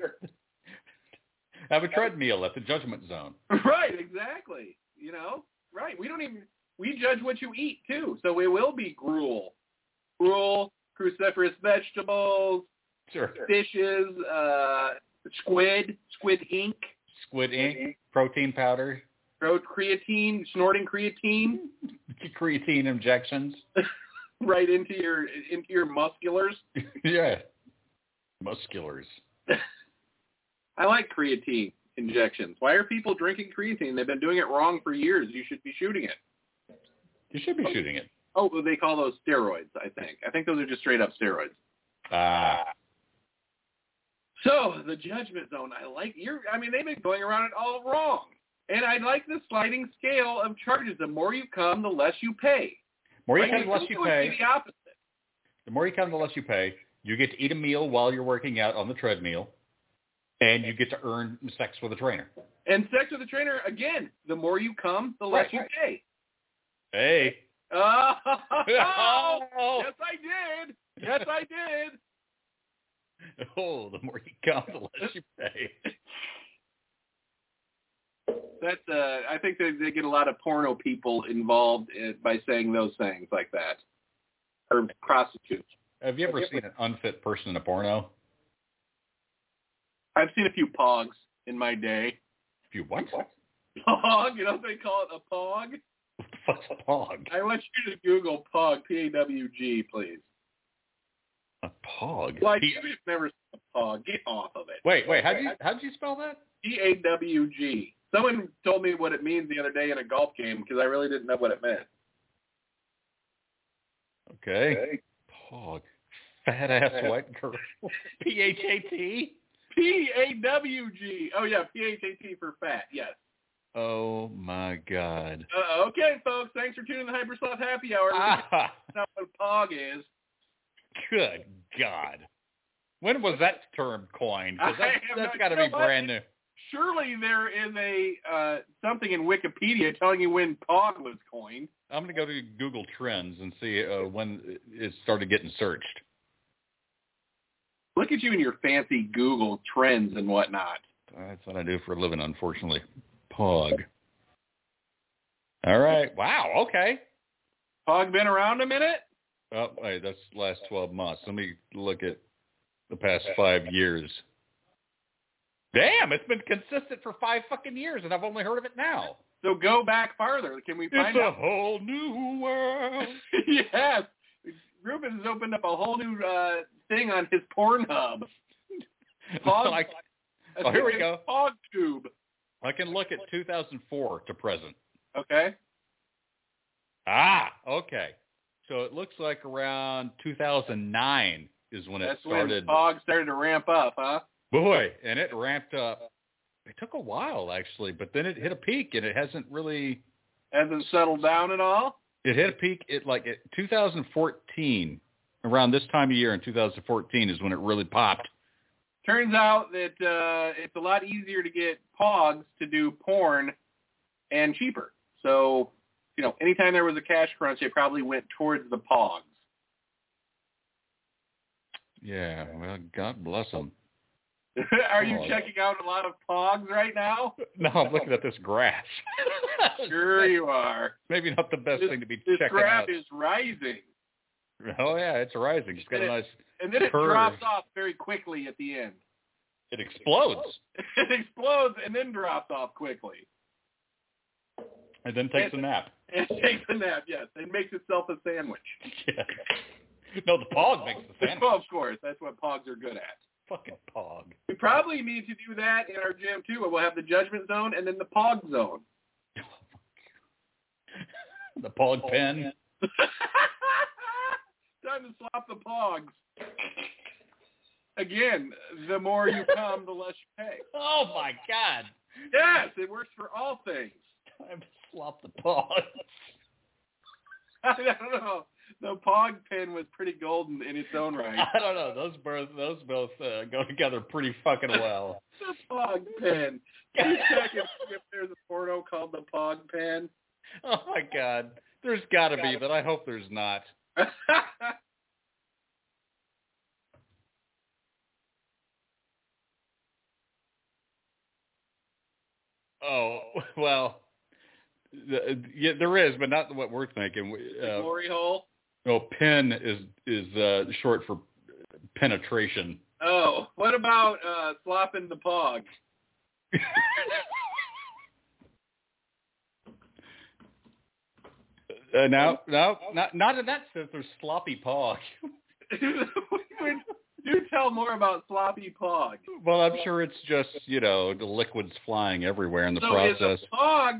have a treadmill at the judgment zone.
Right, exactly. You know, right. We don't even, we judge what you eat, too. So it will be gruel. Gruel, cruciferous vegetables,
Sure.
fishes, uh, squid, squid ink,
Squid ink, protein powder,
throat creatine, snorting creatine
creatine injections.
right into your, into your musculars.
yeah. Musculars.
I like creatine injections. Why are people drinking creatine? They've been doing it wrong for years. You should be shooting it.
You should be shooting it.
Oh, well, they call those steroids, I think. I think those are just straight up steroids.
Ah.
So the judgment zone, I like you're I mean, they've been going around it all wrong. And I like the sliding scale of charges. The more you come, the less you pay.
more you
Like,
come, the
it
less
would
you
be
pay.
the opposite.
The more you come, the less you pay. You get to eat a meal while you're working out on the treadmill, and you get to earn sex with a trainer.
And sex with a trainer, again, the more you come, the less
Right,
you
right.
pay.
Hey.
Oh,
Oh,
yes I did. Yes I did.
Oh, the more you come, the less you pay.
That's uh, I think they, they get a lot of porno people involved in, by saying those things like that, or prostitutes.
Have you ever seen an unfit person in a porno?
I've seen a few pogs in my day.
If you what? What
Pog, you know they call it a pog.
the fuck's a pog?
I want you to Google pog, P-A-W-G, please.
A pog.
Like
P-
you've never seen a pog. Get off of it.
wait, wait. How do you how would you spell that?
P-A-W-G. Someone told me what it means the other day in a golf game because I really didn't know what it meant.
Okay. Pog. Fat ass white girl. P H A T.
P A W G. Oh yeah, P H A T for fat. Yes.
Oh my God.
Uh, okay, folks. Thanks for tuning in to Hypersloth Happy Hour.
Ah,
That's what pog is.
good God. When was that term coined? 'Cause
I
That's,
have
that's
no-
got to
you
be
know what?
brand new.
Surely there is a uh, something in Wikipedia telling you when pog was coined.
I'm going to go to Google Trends and see uh, when it started getting searched.
Look at you and your fancy Google trends and whatnot.
That's what I do for a living, unfortunately. Pog. All right. Wow. Okay.
Pog been around a minute?
Oh, wait, that's last 12 months. Let me look at the past five years. Damn, it's been consistent for five fucking years, and I've only heard of it now.
So go back farther. Can we find
It's uh, a
out?
whole new world.
yes. Ruben has opened up a whole new uh, thing on his Pornhub. Pog.
I, oh, here we go.
Pog tube.
I can look at 2004 to present.
Okay.
Ah, okay. So it looks like around 2009 is when
That's
it started.
when Pog started to ramp up, huh?
Boy, and it ramped up. It took a while actually, but then it hit a peak, and it hasn't really.
Hasn't settled down at all.
It hit a peak. It like it, 2014, around this time of year in 2014 is when it really popped.
Turns out that uh, it's a lot easier to get Pogs to do porn and cheaper. So, you know, anytime there was a cash crunch, it probably went towards the Pogs.
Yeah. Well, God bless them.
Are you
Pog.
checking out a lot of Pogs right now?
No, I'm looking at this graph.
Sure you are.
Maybe not the best
This-
thing to be
This
checking
graph
out.
is rising.
Oh yeah, it's rising. It's got a nice.
And then it
Curve.
drops off very quickly at the end.
It explodes.
It explodes and then drops off quickly.
And then takes a nap.
It takes a nap, yes, and makes itself a sandwich.
Yeah. No, the pog makes the sandwich.
Well, of course, that's what Pogs are good at.
Fucking pog.
We probably need to do that in our gym too, where we'll have the judgment zone and then the pog zone.
The pog pen.
Time to slap the pogs. Again, the more you come, the less you pay.
Oh my god.
Yes, it works for all things.
Time to slop the pog.
I don't know. The pog pin was pretty golden in its own right.
I don't know. Those both those both uh, go together pretty fucking well.
The pog pin. Can you check if, if there's a porno called the pog pin?
Oh my god. There's got to be, but I hope there's not. Oh well. The, yeah, there is, but not what we're thinking. We- Uh,
Glory hole.
no, pen is is uh, short for penetration.
Oh, what about uh, slopping the pog?
Uh, no, no, not not in that sense. There's sloppy pog.
Do tell more about sloppy pog.
Well, I'm sure it's just you know the liquids flying everywhere in the
so
process.
is a pog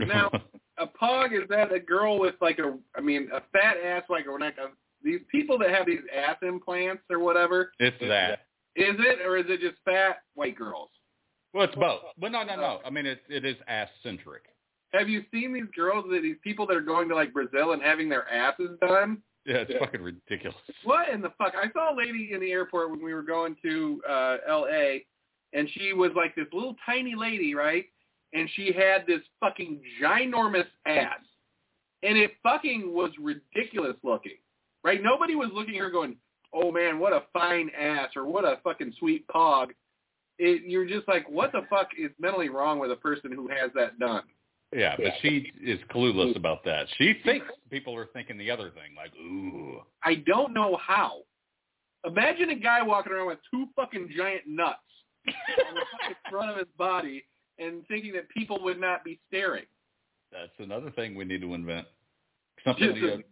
now a pog is that a girl with like a I mean a fat ass like or like a, these people that have these ass implants or whatever
it's that.
is it or is it just fat white girls?
Well, it's both. Well, no, no, no. I mean, it it is ass centric.
Have you seen these girls that these people that are going to like Brazil and having their asses done?
Yeah, it's fucking ridiculous.
What in the fuck? I saw a lady in the airport when we were going to uh LA and she was like this little tiny lady, right? And she had this fucking ginormous ass. And it fucking was ridiculous looking. Right? Nobody was looking at her going, "Oh man, what a fine ass" or "What a fucking sweet pog." It, you're just like, "What the fuck is mentally wrong with a person who has that done?"
Yeah, but she is clueless about that. She thinks people are thinking the other thing, like ooh.
I don't know how. Imagine a guy walking around with two fucking giant nuts on the fucking front of his body and thinking that people would not be staring.
That's another thing we need to invent. Something
Just a-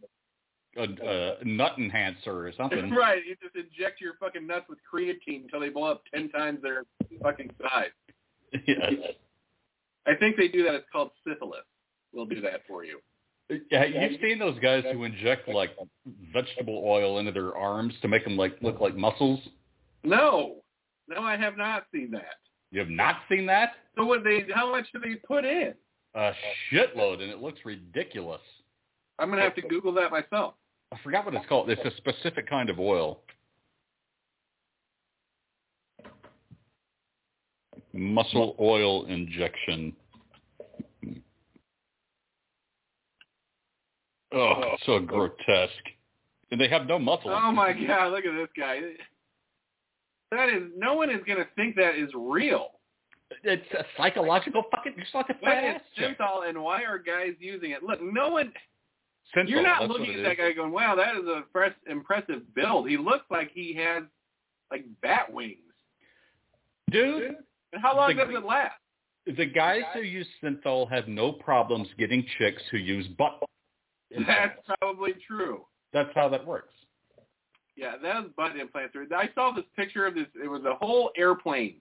a, a, a nut enhancer or something.
Right, you just inject your fucking nuts with creatine until they blow up ten times their fucking size.
Yes.
I think they do that. It's called syphilis. We'll do that for you.
Yeah, you've seen those guys who inject like vegetable oil into their arms to make them like look like muscles.
No, No, I have not seen that.
You have not seen that?
So what they? How much do they put in?
A shitload, and it looks ridiculous.
I'm gonna have to Google that myself.
I forgot what it's called. It's a specific kind of oil. Muscle oil injection. Oh, so grotesque. And they have no muscle.
Oh my god, look at this guy. That is no one is gonna think that is real.
It's a psychological fucking. You're such a
What
fat
is
ass chick.
synthol and why are guys using it? Look, no one
Synthol,
you're not
that's what
looking
it
at that
is.
guy going, Wow, that is a fresh, impressive build. He looks like he has like bat wings.
Dude,
And how long
The-
does it last?
the guys who use synthol have no problems getting chicks who use butt.
That's probably true.
That's how that works.
Yeah, that was butt implants. I saw this picture of this. It was a whole airplane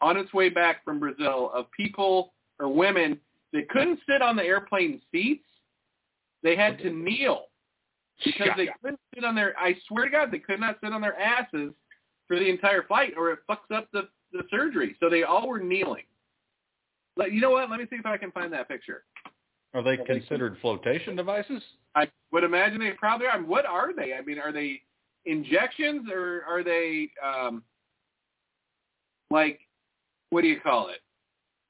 on its way back from Brazil of people or women that couldn't sit on the airplane seats. They had to kneel because
Shut
they
up.
couldn't sit on their. I swear to God, they could not sit on their asses for the entire flight, or it fucks up the the surgery. So they all were kneeling. Let, you know what? Let me see if I can find that picture.
Are they considered flotation devices?
I would imagine they probably are. What are they? I mean, are they injections or are they um, like what do you call it?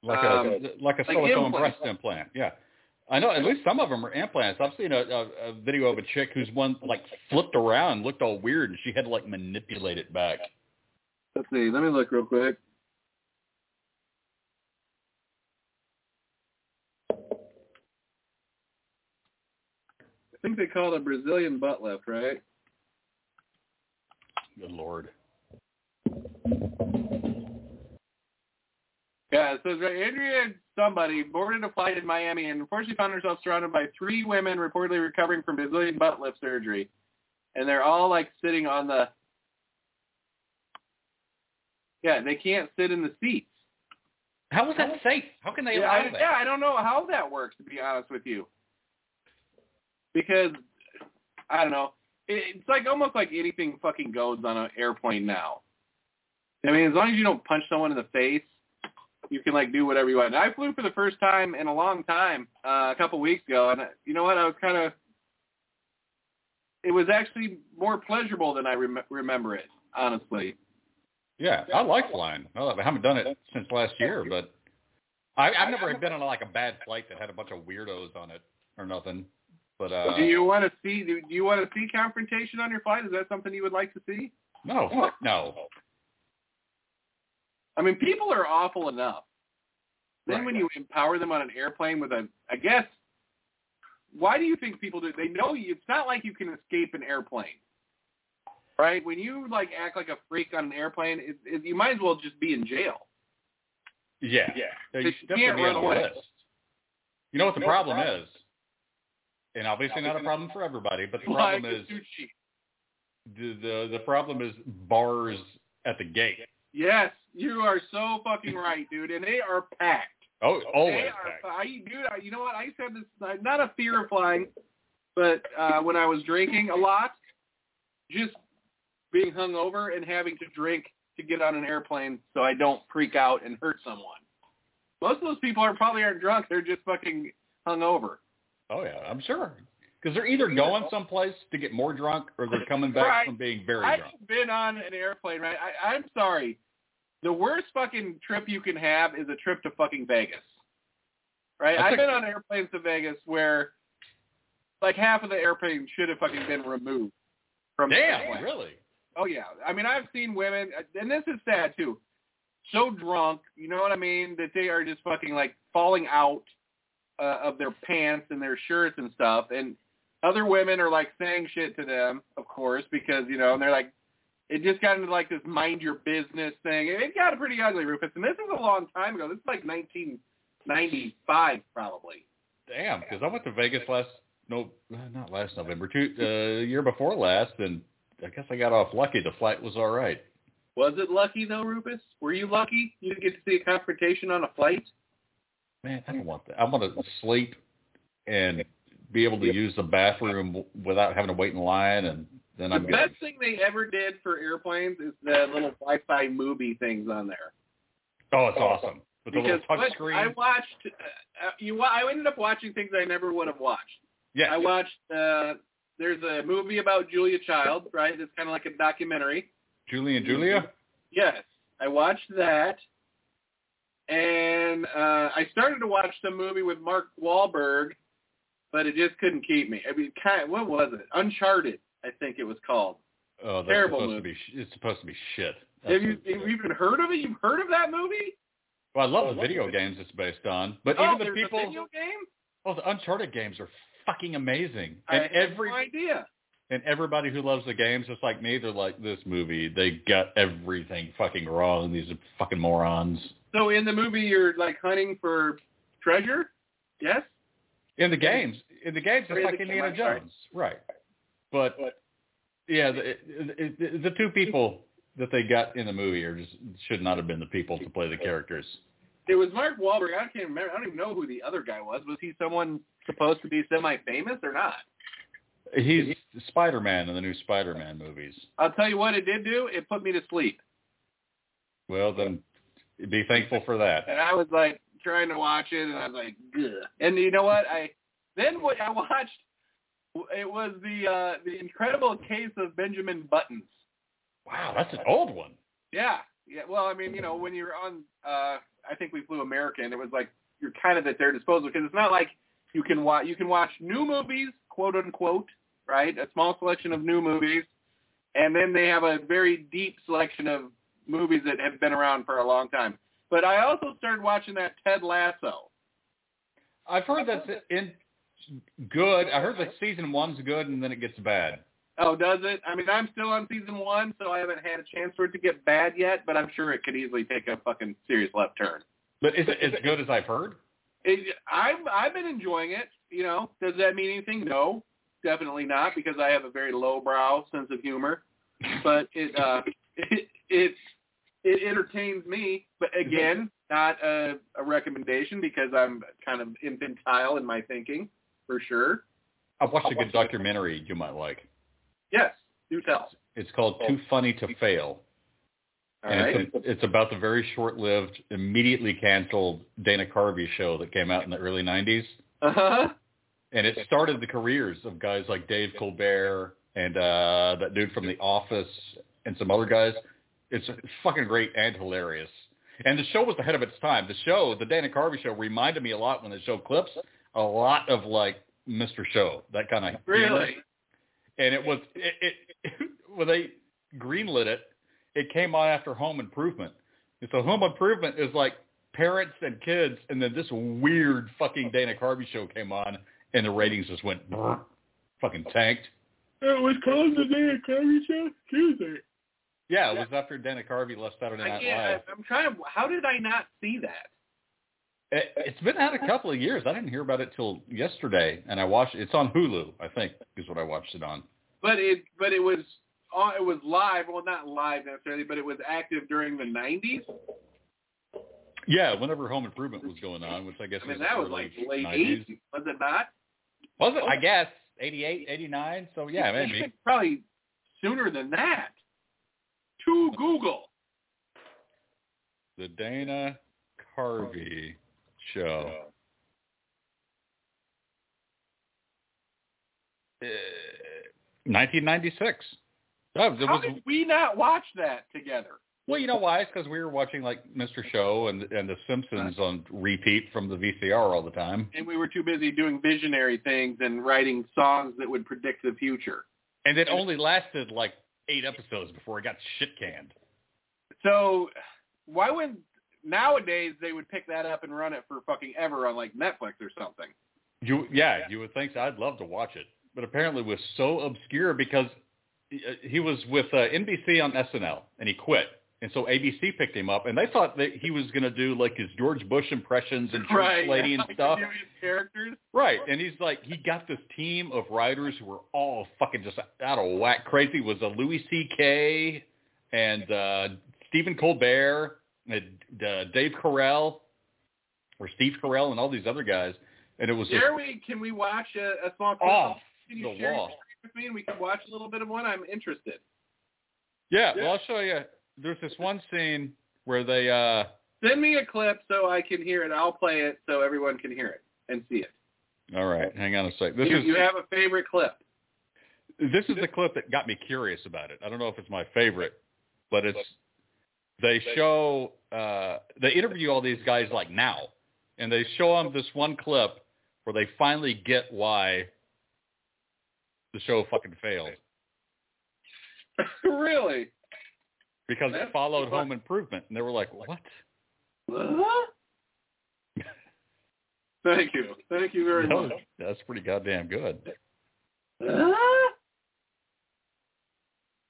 Like a
Um,
like a
like
silicone
implant.
breast implant. Yeah. I know at least some of them are implants. I've seen a, a, a video of a chick who's one like flipped around, looked all weird, and she had to like manipulate it back.
Let's see. Let me look real quick. I think they call it a Brazilian butt lift, right?
Good lord.
Yeah, so Andrea somebody boarded a flight in Miami and unfortunately found herself surrounded by three women reportedly recovering from Brazilian butt lift surgery. And they're all like sitting on the Yeah, they can't sit in the seats.
How was that safe? How can they
yeah,
allow
I,
that?
yeah, I don't know how that works to be honest with you. Because I don't know. It, it's like almost like anything fucking goes on an airplane now. I mean, as long as you don't punch someone in the face, you can like do whatever you want. And I flew for the first time in a long time uh, a couple weeks ago, and uh, you know what? I was kind of. It was actually more pleasurable than I rem- remember it, honestly.
Yeah, I like flying. I love it. I haven't done it since last year, but I, I've never been on like a bad flight that had a bunch of weirdos on it or nothing. But uh,
do you want to see? Do, do you want to see confrontation on your flight? Is that something you would like to see?
no, fuck no.
I mean, people are awful enough. Then
Right.
when you empower them on an airplane with a, I guess, why do you think people do? They know you. It's not like you can escape an airplane, right? When you like act like a freak on an airplane, it, it, you might as well just be in jail.
Yeah, yeah.
But
You
you
should
can't
definitely be
run
on the
away.
list. You know what the problem is, and obviously not a problem for everybody, but the
Why?
problem is
It's too cheap.
the the, the problem is bars at the gate.
Yes, you are so fucking right, dude. And they are packed.
Oh, always.
They are,
packed.
I, dude, I, you know what? I used to have this, uh, not a fear of flying, but uh, when I was drinking a lot, just being hungover and having to drink to get on an airplane so I don't freak out and hurt someone. Most of those people are probably aren't drunk. They're just fucking hungover.
Oh yeah, I'm sure. Because they're either going someplace to get more drunk or they're coming back
Right.
from being very
I've
drunk.
been on an airplane, right? I, I'm sorry. The worst fucking trip you can have is a trip to fucking Vegas. Right?
I
I've
took-
been on airplanes to Vegas where like half of the airplane should have fucking been removed from the airplane.
Damn, really?
Oh yeah, I mean I've seen women, and this is sad too. So drunk, you know what I mean, that they are just fucking like falling out uh, of their pants and their shirts and stuff, and other women are like saying shit to them, of course, because you know, and they're like, it just got into like this mind your business thing. It it got pretty ugly, Rufus, and this is a long time ago. This is like 1995 probably.
Damn, because I went to Vegas last no, not last November, two uh, year before last, and I guess I got off lucky. The flight was all right.
Was it lucky though, Rufus? Were you lucky? You didn't get to see a confrontation on a flight.
Man, I don't want that. I want to sleep and be able to use the bathroom without having to wait in line and then
The
I'm good.
best thing they ever did for airplanes is the little Wi-Fi movie things on there.
Oh, it's awesome with the
because
little touch
what- I
screen.
watched, uh, uh, you, wa- I ended up watching things I never would have watched.
Yeah,
I watched. Uh, there's a movie about Julia Child, right? It's kind of like a documentary.
Julie and Julia.
Yes, I watched that, and uh, I started to watch the movie with Mark Wahlberg, but it just couldn't keep me. I mean, kind what was it? Uncharted, I think it was called.
Oh, that's
Terrible
supposed
movie.
to be. sh- It's supposed to be shit.
Have you,
That's what-
have you even heard of it? You've heard of that movie?
Well, I love the video games it's based on, but
oh,
even the
there's
people.
a video game.
Oh, the Uncharted games are fucking amazing,
I
and
had
every
no idea.
and everybody who loves the games, just like me, they're like this movie. They got everything fucking wrong. These are fucking morons.
So in the movie, you're like hunting for treasure. Yes.
In the games, in the games,
Or
it's
in
like
the
Indiana
game, I'm
Jones, right? But
But-
yeah, the, it- it- the two people that they got in the movie are just should not have been the people to play the characters.
It was Mark Wahlberg. I can't remember. I don't even know who the other guy was. Was he someone supposed to be semi-famous or not?
He's Spider-Man in the new Spider-Man movies.
I'll tell you what it did do. It put me to sleep,
Well, then be thankful for that.
and I was like trying to watch it, and I was like, Ugh. and you know what? I then what I watched it was the uh, the Incredible Case of Benjamin Buttons.
Wow, that's an old one.
Yeah, yeah. Well, I mean, you know, when you're on, uh, I think we flew American. It was like you're kind of at their disposal because it's not like you can watch you can watch new movies, quote unquote, right? A small selection of new movies, and then they have a very deep selection of movies that have been around for a long time. But I also started watching that Ted Lasso.
I've heard that's in good. I heard that season one's good and then it gets bad.
Oh, does it? I mean, I'm still on season one, so I haven't had a chance for it to get bad yet. But I'm sure it could easily take a fucking serious left turn.
But is it as good as I've heard?
It, I've I've been enjoying it. You know, does that mean anything? No, definitely not, because I have a very lowbrow sense of humor. But it uh, it it, it entertains me. But again, not a, a recommendation because I'm kind of infantile in my thinking, for sure.
I watched a good documentary you might like.
Yes, do tell.
It's called Too Funny to Fail.
All
and
right.
it's, it's about the very short-lived, immediately canceled Dana Carvey show that came out in the early 90s.
Uh-huh.
And it started the careers of guys like Dave Colbert and uh, that dude from The Office and some other guys. It's fucking great and hilarious. And the show was ahead of its time. The show, the Dana Carvey show, reminded me a lot when the show clips, a lot of like Mr. Show, that kind of
Really?
and it was it, it when they greenlit it, it came on after Home Improvement. And so Home Improvement is like parents and kids, and then this weird fucking Dana Carvey show came on, and the ratings just went brrr, fucking tanked.
It was called the Dana Carvey Show Tuesday.
Yeah, it was after Dana Carvey left Saturday
I
Night Live.
can't. I, I'm trying to. How did I not see that?
It, it's been out a couple of years. I didn't hear about it till yesterday, and I watched. It's on Hulu, I think, is what I watched it on.
But it but it was on it was live. Well, not live necessarily, but it was active during the '90s.
Yeah, whenever Home Improvement was going on, which I guess
I mean,
was
that was
early
like late Oh.
90s.
'80s, was it not?
Was it? I guess 88, 89. So yeah, maybe.
Even probably sooner than that. To Google.
The Dana Carvey Show. Uh, 1996. That was, it
How
was,
did we not watch that together?
well, you know why? It's because we were watching like Mr. Show and and The Simpsons on repeat from the VCR all the time,
And we were too busy doing visionary things and writing songs that would predict the future.
and it only lasted like eight episodes before it got shit canned.
So why wouldn't nowadays they would pick that up and run it for fucking ever on like Netflix or something?
You yeah, you would think so. I'd love to watch it, but apparently it was so obscure because he, uh, he was with uh, NBC on SNL and he quit, and so ABC picked him up, and they thought that he was going to do like his George Bush impressions and church lady and
Like,
stuff,
serious characters.
right? And he's like, he got this team of writers who were all fucking just out of whack, crazy. It was a Louis C.K. and uh, Stephen Colbert and uh, Dave Carell or Steve Carell and all these other guys, and it was just
Dare we? Can we watch a, a small?
off
Can
Oh, the
you share your
wall.
screen with me and we can watch a little bit of one, I'm interested.
Yeah, well, I'll show you. There's this one scene where they uh
Send me a clip so I can hear it. I'll play it so everyone can hear it and see it.
all right, hang on a sec. This
You,
is
you have a favorite clip.
this is the clip that got me curious about it. I don't know if it's my favorite, but it's they show uh they interview all these guys like now, and they show them this one clip where they finally get why the show fucking failed
really?
because it
That's
followed
fun.
Home Improvement, and they were like, "What?"
What? Thank you. Thank you very
That was-
much.
that's pretty goddamn good.
Huh?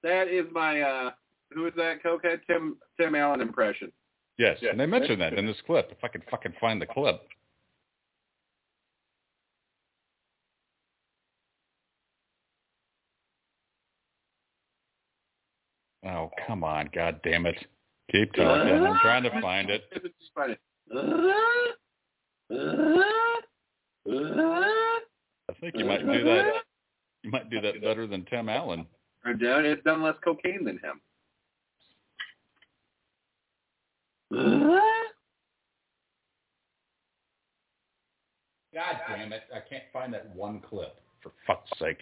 That is my uh who is that cokehead Tim Tim Allen impression.
Yes,
Yeah.
and they mentioned that in this clip. If I could fucking find the clip. Oh come on, god damn it! Keep talking. I'm trying to find it.
It's just funny. Huh? Huh? Huh?
I think you might do that. You might do that better than Tim Allen.
Or done, it's done less cocaine than him. Huh?
God damn it! I can't find that one clip. For fuck's sake!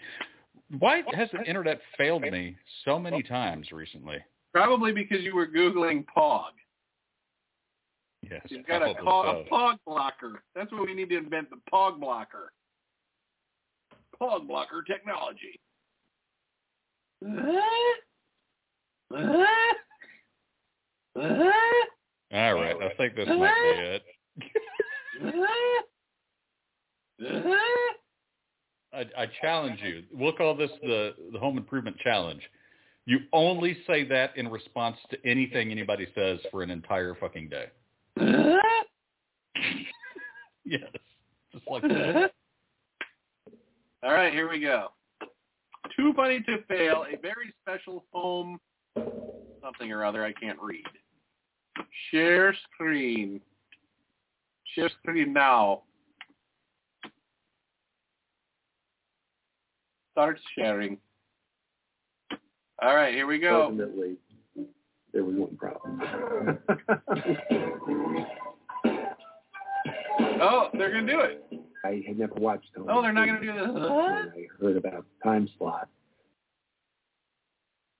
Why has the internet failed me so many times recently?
Probably because you were googling pog.
Yes,
You've got a,
probably
pog,
so.
a pog blocker. That's what we need to invent the pog blocker. Pog blocker technology.
All right, I think this might be it. I, I challenge you. We'll call this the, the home improvement challenge. You only say that in response to anything anybody says for an entire fucking day. Yes. Just like that.
All right, here we go. Too funny to fail. A very special home, something or other. I can't read. Share screen. Share screen now. Start sharing. All right, here we go.
Ultimately, there was one problem.
Oh, they're gonna do it.
I had never watched Home
Oh, they're not gonna
Improvement.
do this.
When I heard about the time slot,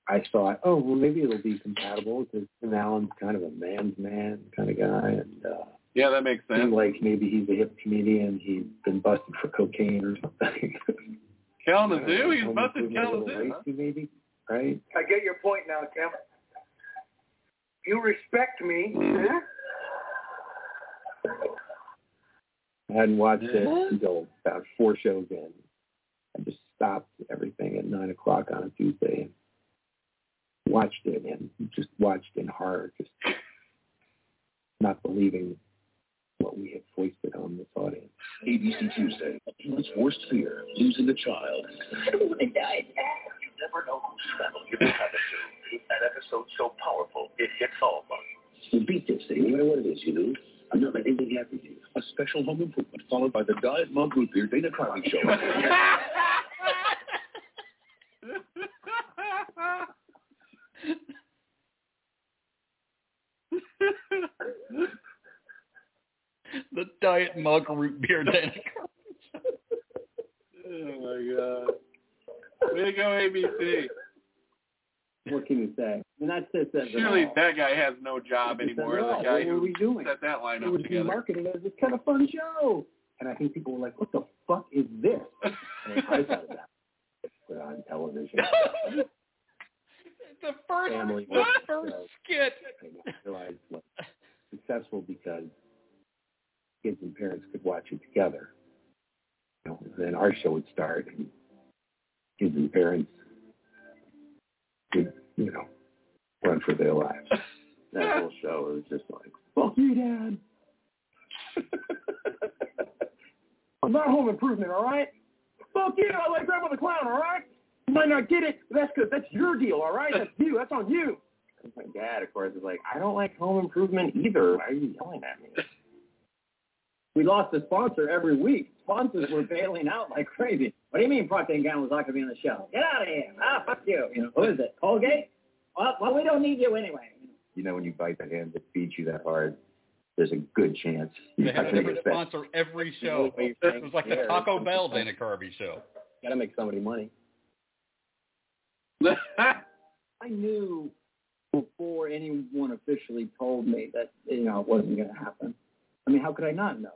I thought, oh, well, maybe it'll be compatible because Tim Allen's kind of a man's man kind of guy, and uh,
Yeah, that makes
seemed
sense.
like maybe he's a hip comedian. He's been busted for cocaine or something.
Kalamazoo. He's
Home
busted
Improvement a little
Kalamazoo. huh?
racy maybe, right?
I get your point now, Tim. You respect me.
I hadn't watched
Yeah.
it until about four shows in. I just stopped everything at nine o'clock on a Tuesday and watched it and just watched in horror, just not believing what we had foisted on this audience.
ABC Tuesday. Human's worst fear, losing a child. I don't want to die. You never know whose battle you're going to have to. An episode so powerful, it hits all of us. You beat this thing, no matter what it is, you know. I'm not letting anything happen to you. A special home improvement followed by the Diet Mug Root Beer Dana Carvey Show.
The diet mug root beer day.
oh my god. Way to go, ABC.
What can you say? And that says that
Surely that guy has no job anymore. The guy
what were
who
we doing?
set that line
It
up
was being
together.
marketed as this kind of fun show. And I think people were like, what the fuck is this? And I thought about it. Put on television.
the first,
Family.
the first skit.
thing I realized was successful because kids and parents could watch it together. You know, then our show would start, and kids and parents could, you know, run for their lives. That whole show was just like, "Fuck you, Dad." I'm not home improvement, all right? Fuck you! I like Grandma the Clown, all right? You might not get it, but that's good. That's your deal, all right? That's you. That's on you. My dad, of course, is like, I don't like home improvement either. Why are you yelling at me? We lost a sponsor every week. sponsors were bailing out like crazy. What do you mean Procter & Gamble was not going to be on the show? Get out of here. Ah, fuck you. You know, who is it? Colgate? Well, well, we don't need you anyway.
You know, when you bite the hand that feeds you that hard, there's a good chance
They
you're
had
not
a
going to
different
get that.
sponsor every show.
You know, but
It was like the Taco Bell Dana Carvey show.
Got to make somebody money. I knew before anyone officially told me that you know it wasn't going to happen. I mean, how could I not know?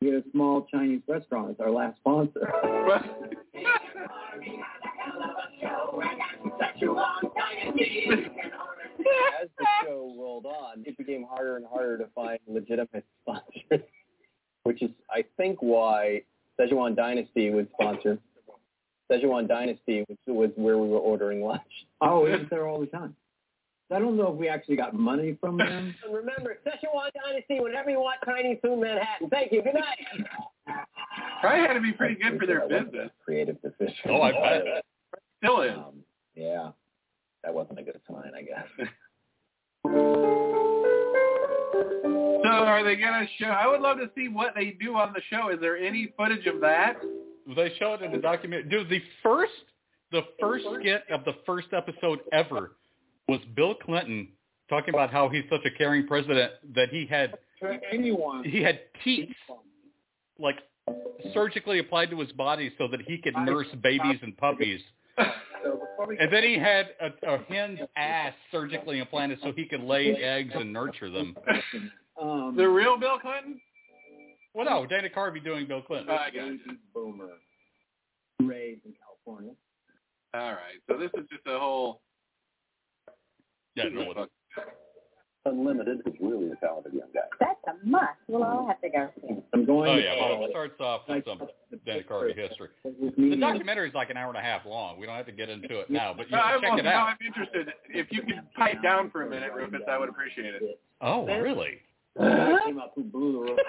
We had a small Chinese restaurant as our last sponsor. as the show rolled on, it became harder and harder to find legitimate sponsors, which is, I think, why Szechuan Dynasty was sponsored. Szechuan Dynasty, which was where we were ordering lunch. Oh, it was there all the time. I don't know if we actually got money from them. Remember, Szechuan Dynasty, whenever you want Chinese food, Manhattan. Thank you. Good night.
Probably had to be pretty good for their business.
Creative decision.
Oh, I bet.
Still is.
Um, yeah, that wasn't a good sign, I guess.
So are they gonna show? I would love to see what they do on the show. Is there any footage of that?
They show it in the documentary. Dude, the first, the first skit of the first episode ever was Bill Clinton talking about how he's such a caring president that he had
To anyone.
he had teats like surgically applied to his body so that he could nurse babies and puppies.
So before we
And then he had a, a hen's ass surgically implanted so he could lay eggs and nurture them.
Um,
The real Bill Clinton?
Well, no, Dana Carvey doing Bill Clinton.
I got you.
boomer raised in California.
All right. So this is just a whole.
Yeah, no, it's-
Unlimited is really the talent of young guys.
That's a must. We'll all have to go see. it.
I'm going
oh
to
yeah, well,
call
it
it.
starts off with some
the
Dana
picture
Carvey history.
that was
The
me.
documentary is like an hour and a half long. We don't have to get into it now, but you
No, I'm,
can check it
now
out.
I'm interested. If you could pipe down for a minute, Rufus, I would appreciate it.
Oh, really?
I came up who blew the roof off.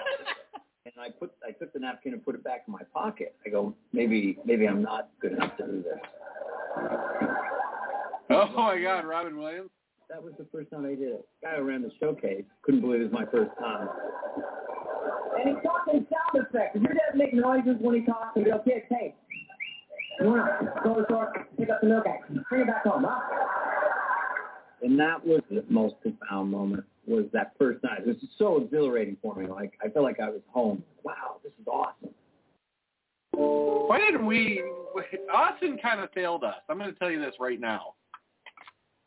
And I put I took the napkin and put it back in my pocket. I go, maybe maybe I'm not good enough to do this.
Oh my God, Robin Williams.
That was the first time I did it. Guy who ran the showcase couldn't believe it was my first time. And he talks in sound effects. If your dad make noises when he talks, you don't get tape. Run out, go to the store, pick up the milk action, bring it back home. Huh? And that was the most profound moment was that first night. It was so exhilarating for me. Like I felt like I was home. Wow, this is awesome.
Why didn't we? Austin kind of failed us. I'm going to tell you this right now.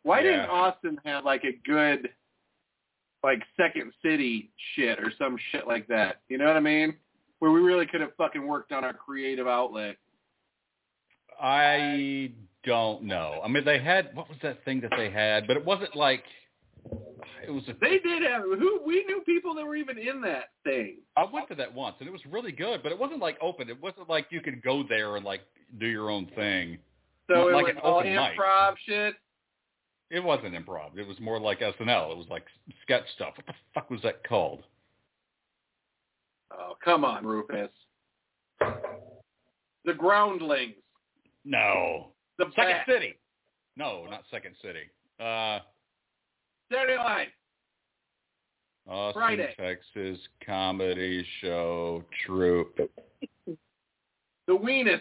Why didn't
Yeah.
Austin have like a good, like Second City shit or some shit like that? You know what I mean? Where we really could have fucking worked on our creative outlet.
I don't know. I mean, they had what was that thing that they had, but it wasn't like it was a
They did have who we knew people that were even in that thing.
I went to that once and it was really good, but it wasn't like open. It wasn't like you could go there and like do your own thing.
So
Like
it
an
was all
open mic.
improv shit.
It wasn't improv. It was more like SNL. It was like sketch stuff. What the fuck was that called?
Oh come on, Rufus. The groundlings.
No.
The
Second
Bat,
City. No, not Second City. Uh
Saturday Night.
Austin,
Friday.
Texas comedy show troupe.
The Weenuses.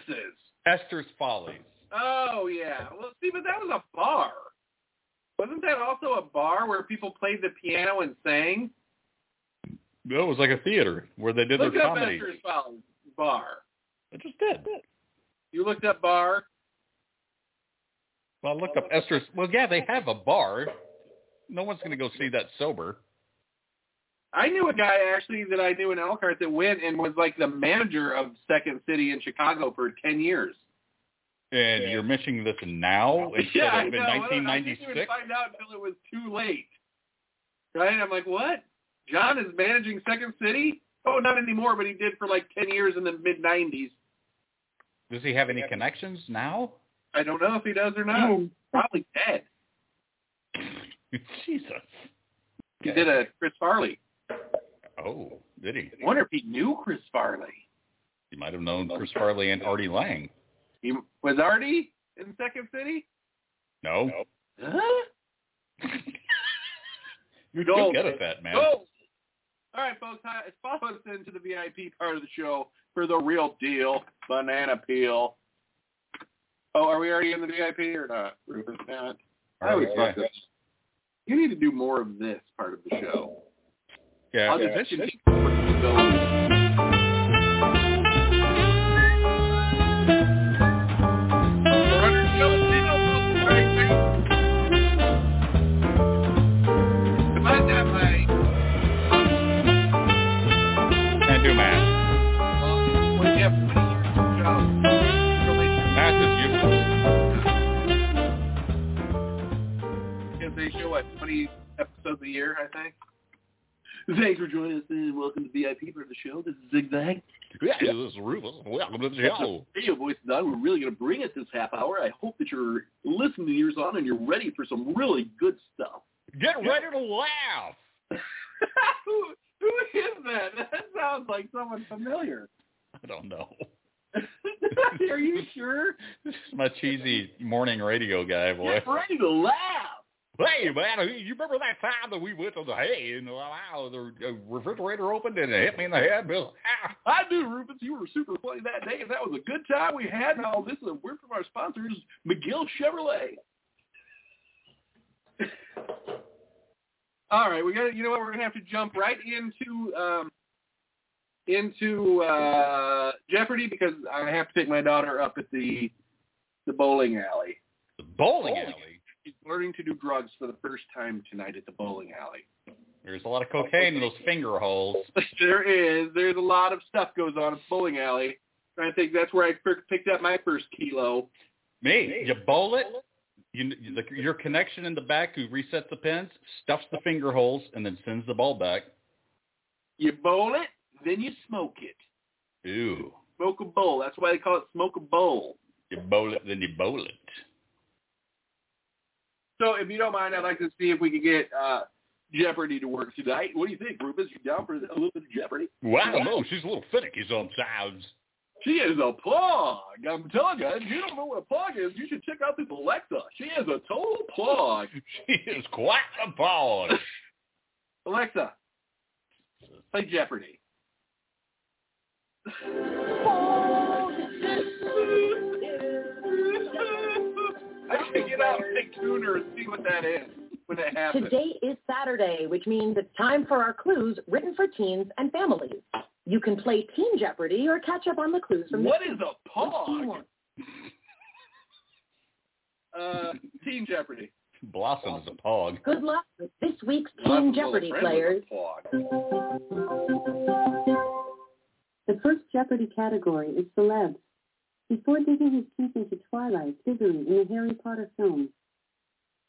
Esther's Follies.
Oh yeah. Well, see, but that was a bar. Wasn't that also a bar where people played the piano and sang?
It was like a theater where they did
Look
their
up
comedy.
Esther's Follies bar.
I just did.
You looked up bar.
Well, I looked up Esther's. Well, yeah, they have a bar. No one's going to go see that sober.
I knew a guy actually that I knew in Elkhart that went and was like the manager of Second City in Chicago for ten years.
And you're mentioning this now instead
I
of in
know. I don't- I didn't
1996.
even find out until it was too late. Right? I'm like, what? John is managing Second City? Oh, not anymore, but he did for like 10 years in the mid-90s.
Does he have any connections now?
I don't know if he does or not. Probably dead.
Jesus.
He
Okay.
did a Chris Farley.
Oh, did he?
I wonder if he knew Chris Farley.
He might have known Chris Farley and Artie Lang.
He was already in Second City?
No,
Huh?
you're
No.
too good at that, man.
Go! All right, folks, hi- follow us into the VIP part of the show for the real deal, banana peel. Oh, are we already in the VIP or not? Rufus, not. I always
yeah.
fuck this. You need to do more of this part of the show.
Yeah.
I'll just mention it.
Can't do math.
um,
Math is useless.
Because they show what twenty episodes a year, I think. Thanks for joining us and welcome to VIP for the show. This is Zigzag.
Yeah, this is Rufus. Welcome to the show.
Radio voice and I, we're really going to bring it this half hour. I hope that you're listening to yours on and you're ready for some really good stuff.
Get ready to laugh.
who, who is that? That sounds like someone familiar.
I don't know.
Are you sure?
This is my cheesy morning radio guy, boy.
Get ready to laugh.
Hey, man, you remember that time that we went to the hay and wow, the uh, refrigerator opened and it hit me in the head? Bill? Ah.
I do, Rufus. You were super funny that day, and that was a good time we had. And all this is a word from our sponsors, McGill Chevrolet. all right, we got. to You know what? We're gonna have to jump right into um, into uh, Jeopardy because I have to take my daughter up at the the bowling alley.
The bowling
Bowling.
alley.
She's learning to do drugs for the first time tonight at the bowling alley.
There's a lot of cocaine in those finger holes.
there is. There's a lot of stuff goes on at the bowling alley. And I think that's where I fir- picked up my first kilo.
Me, you bowl it. You, you- the, your connection in the back who resets the pins stuffs the finger holes and then sends the ball back.
You bowl it, then you smoke it.
Ew.
Smoke a bowl. That's why they call it smoke a bowl.
You bowl it, then you bowl it.
So if you don't mind, I'd like to see if we could get uh, Jeopardy to work tonight. What do you think, Rufus? You down for a little bit of Jeopardy?
Wow, no, she's a little finicky sometimes.
She is a plug. I'm telling you, if you don't know what a plug is, you should check out this Alexa. She is a total plug.
She is quite a ball.
Alexa, play Jeopardy. I should get out and take tuner and see what that is when it happens.
Today is Saturday, which means it's time for our clues written for teens and families. You can play Teen Jeopardy or catch up on the clues from
What is a
the What do you
pog?
want?
Uh, Teen Jeopardy.
Blossom is a pog.
Good luck with this week's
Lots
Teen
of little
Jeopardy
friends with
players.
a pog.
The first Jeopardy category is celebs. Before digging his teeth into Twilight, Diggory in the Harry Potter films.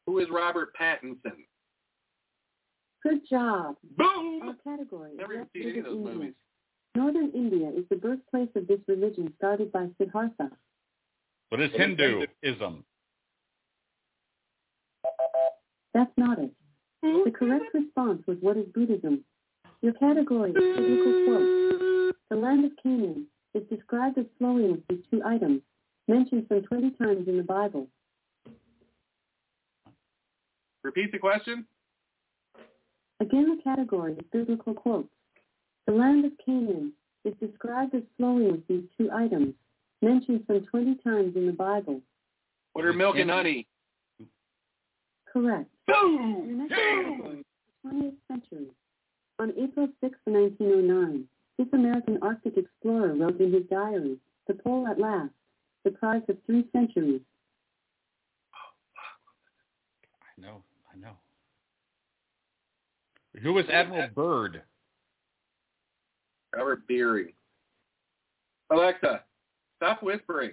Who is Robert Pattinson?
Good job. Our
Boom!
category is
Never even
West
seen any of
Indian
those movies.
England. Northern India is the birthplace of this religion started by Siddhartha.
But it's Hinduism.
That's not it. The correct response was what is Buddhism? Your category is biblical quotes. The land of Canaan is described as flowing with these two items, mentioned some 20 times in the Bible.
Repeat the question.
Again, the category is biblical quotes. The land of Canaan is described as flowing with these two items, mentioned some 20 times in the Bible.
What are milk and honey?
Correct. Your
Boom!
next category is the 20th century. On April 6, 1909, this American Arctic explorer wrote in his diary, The Pole at Last, the prize of three centuries.
I know, I know. Who was Admiral Byrd?
Robert Beery. Alexa, stop whispering.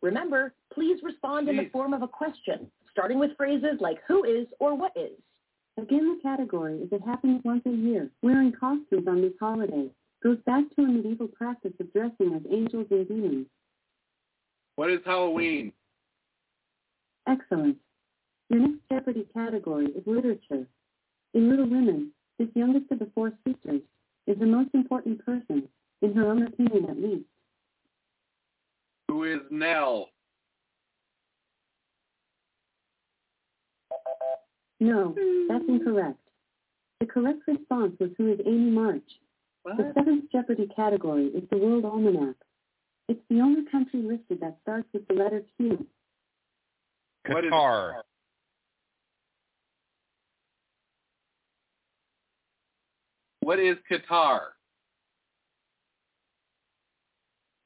Remember, please respond in the
Please.
form of a question, starting with phrases like who is or what is.
Again, the category is it happens once a year. Wearing costumes on this holiday goes back to a medieval practice of dressing as angels and demons.
What is Halloween?
Excellent. Your next Jeopardy category is literature. In Little Women, this youngest of the four sisters is the most important person, in her own opinion at least.
Who is Nell?
No, that's incorrect. The correct response was who is Amy March. The seventh Jeopardy category is the World Almanac. It's the only country listed that starts with the letter Q.
What is-
Qatar.
What is Qatar?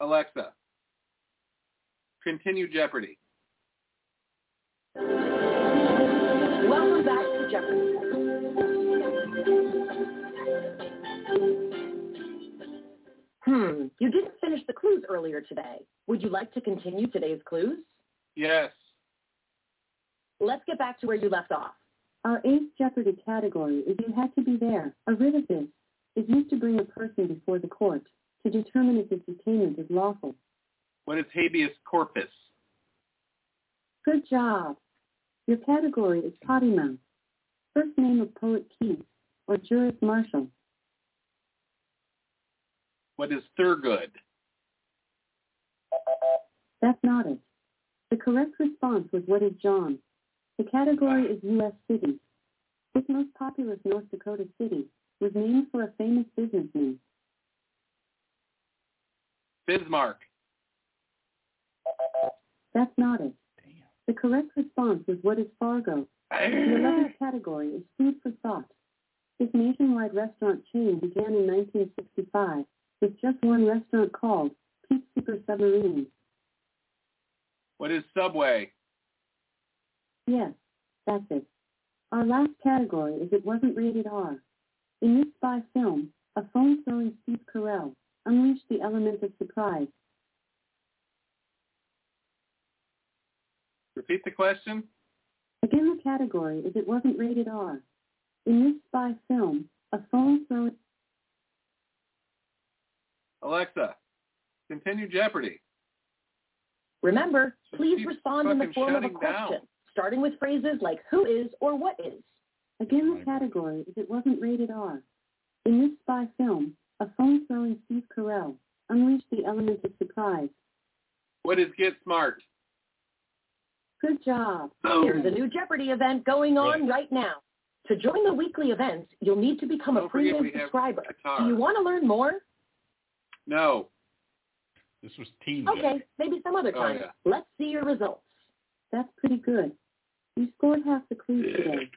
Alexa, continue Jeopardy.
Welcome back to Jeopardy. Hmm, you didn't finish the clues earlier today. Would you like to continue today's clues?
Yes.
Let's get back to where you left off.
Our eighth Jeopardy category is You Had to Be There. A writ of this is used to bring a person before the court to determine if his detainment is lawful.
What is habeas corpus?
Good job. Your category is potty mouth. First name of poet Keats or Juris Marshall.
What is Thurgood?
That's not it. The correct response was what is John. The category is U.S. cities. This most populous North Dakota city was named for a famous businessman.
Bismarck.
That's not it. The correct response was what is Fargo. The 11th category is food for thought. This nationwide restaurant chain began in 1965 with just one restaurant called Pete Super Submarine.
What is Subway?
Yes, that's it. Our last category is it wasn't rated R. In this spy film, a phone-throwing Steve Carell unleashed the element of surprise.
Repeat the question.
Again, the category is it wasn't rated R. In this spy film, a phone-throwing
Alexa, continue Jeopardy.
Remember, please
keep
respond in the
fucking
form of a
shutting down.
question, starting with phrases like who is or what is.
Again, the category is it wasn't rated R. In this spy film, a phone-throwing Steve Carell unleashed the element of surprise.
What is Get Smart?
Good job.
Oh.
There's a new Jeopardy event going on
Good.
right now. To join the weekly events, you'll need to become a
Don't forget
premium
we have
subscriber.
Qatar.
Do you want to learn more?
No.
This was Team
Okay, maybe some other
Oh,
time.
yeah.
Let's see your results.
That's pretty good. You scored half the clues today.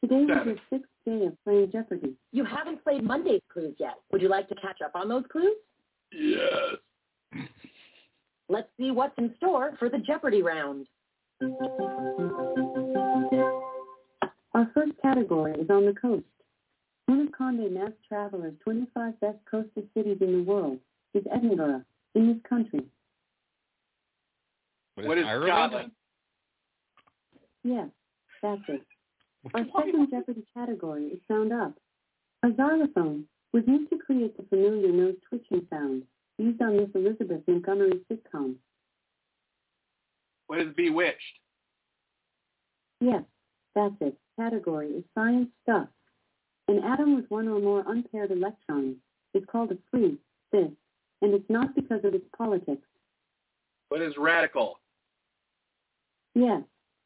Today was your
Seven.
sixth day of playing Jeopardy.
You haven't played Monday's clues yet. Would you like to catch up on those clues?
Yes.
Let's see what's in store for the Jeopardy round.
Our first category is on the coast. One of Condé Nast Traveler's 25 best coastal cities in the world is Edinburgh, in this country.
What is
Ireland?
Scotland?
Yes, that's it. Our second Jeopardy category is Sound Up. A xylophone was used to create the familiar nose twitching sound used on Miss Elizabeth Montgomery sitcom.
What is Bewitched?
Yes, that's it. Category is science stuff. An atom with one or more unpaired electrons is called a free, this, and it's not because of its politics.
What is Radical?
Yes,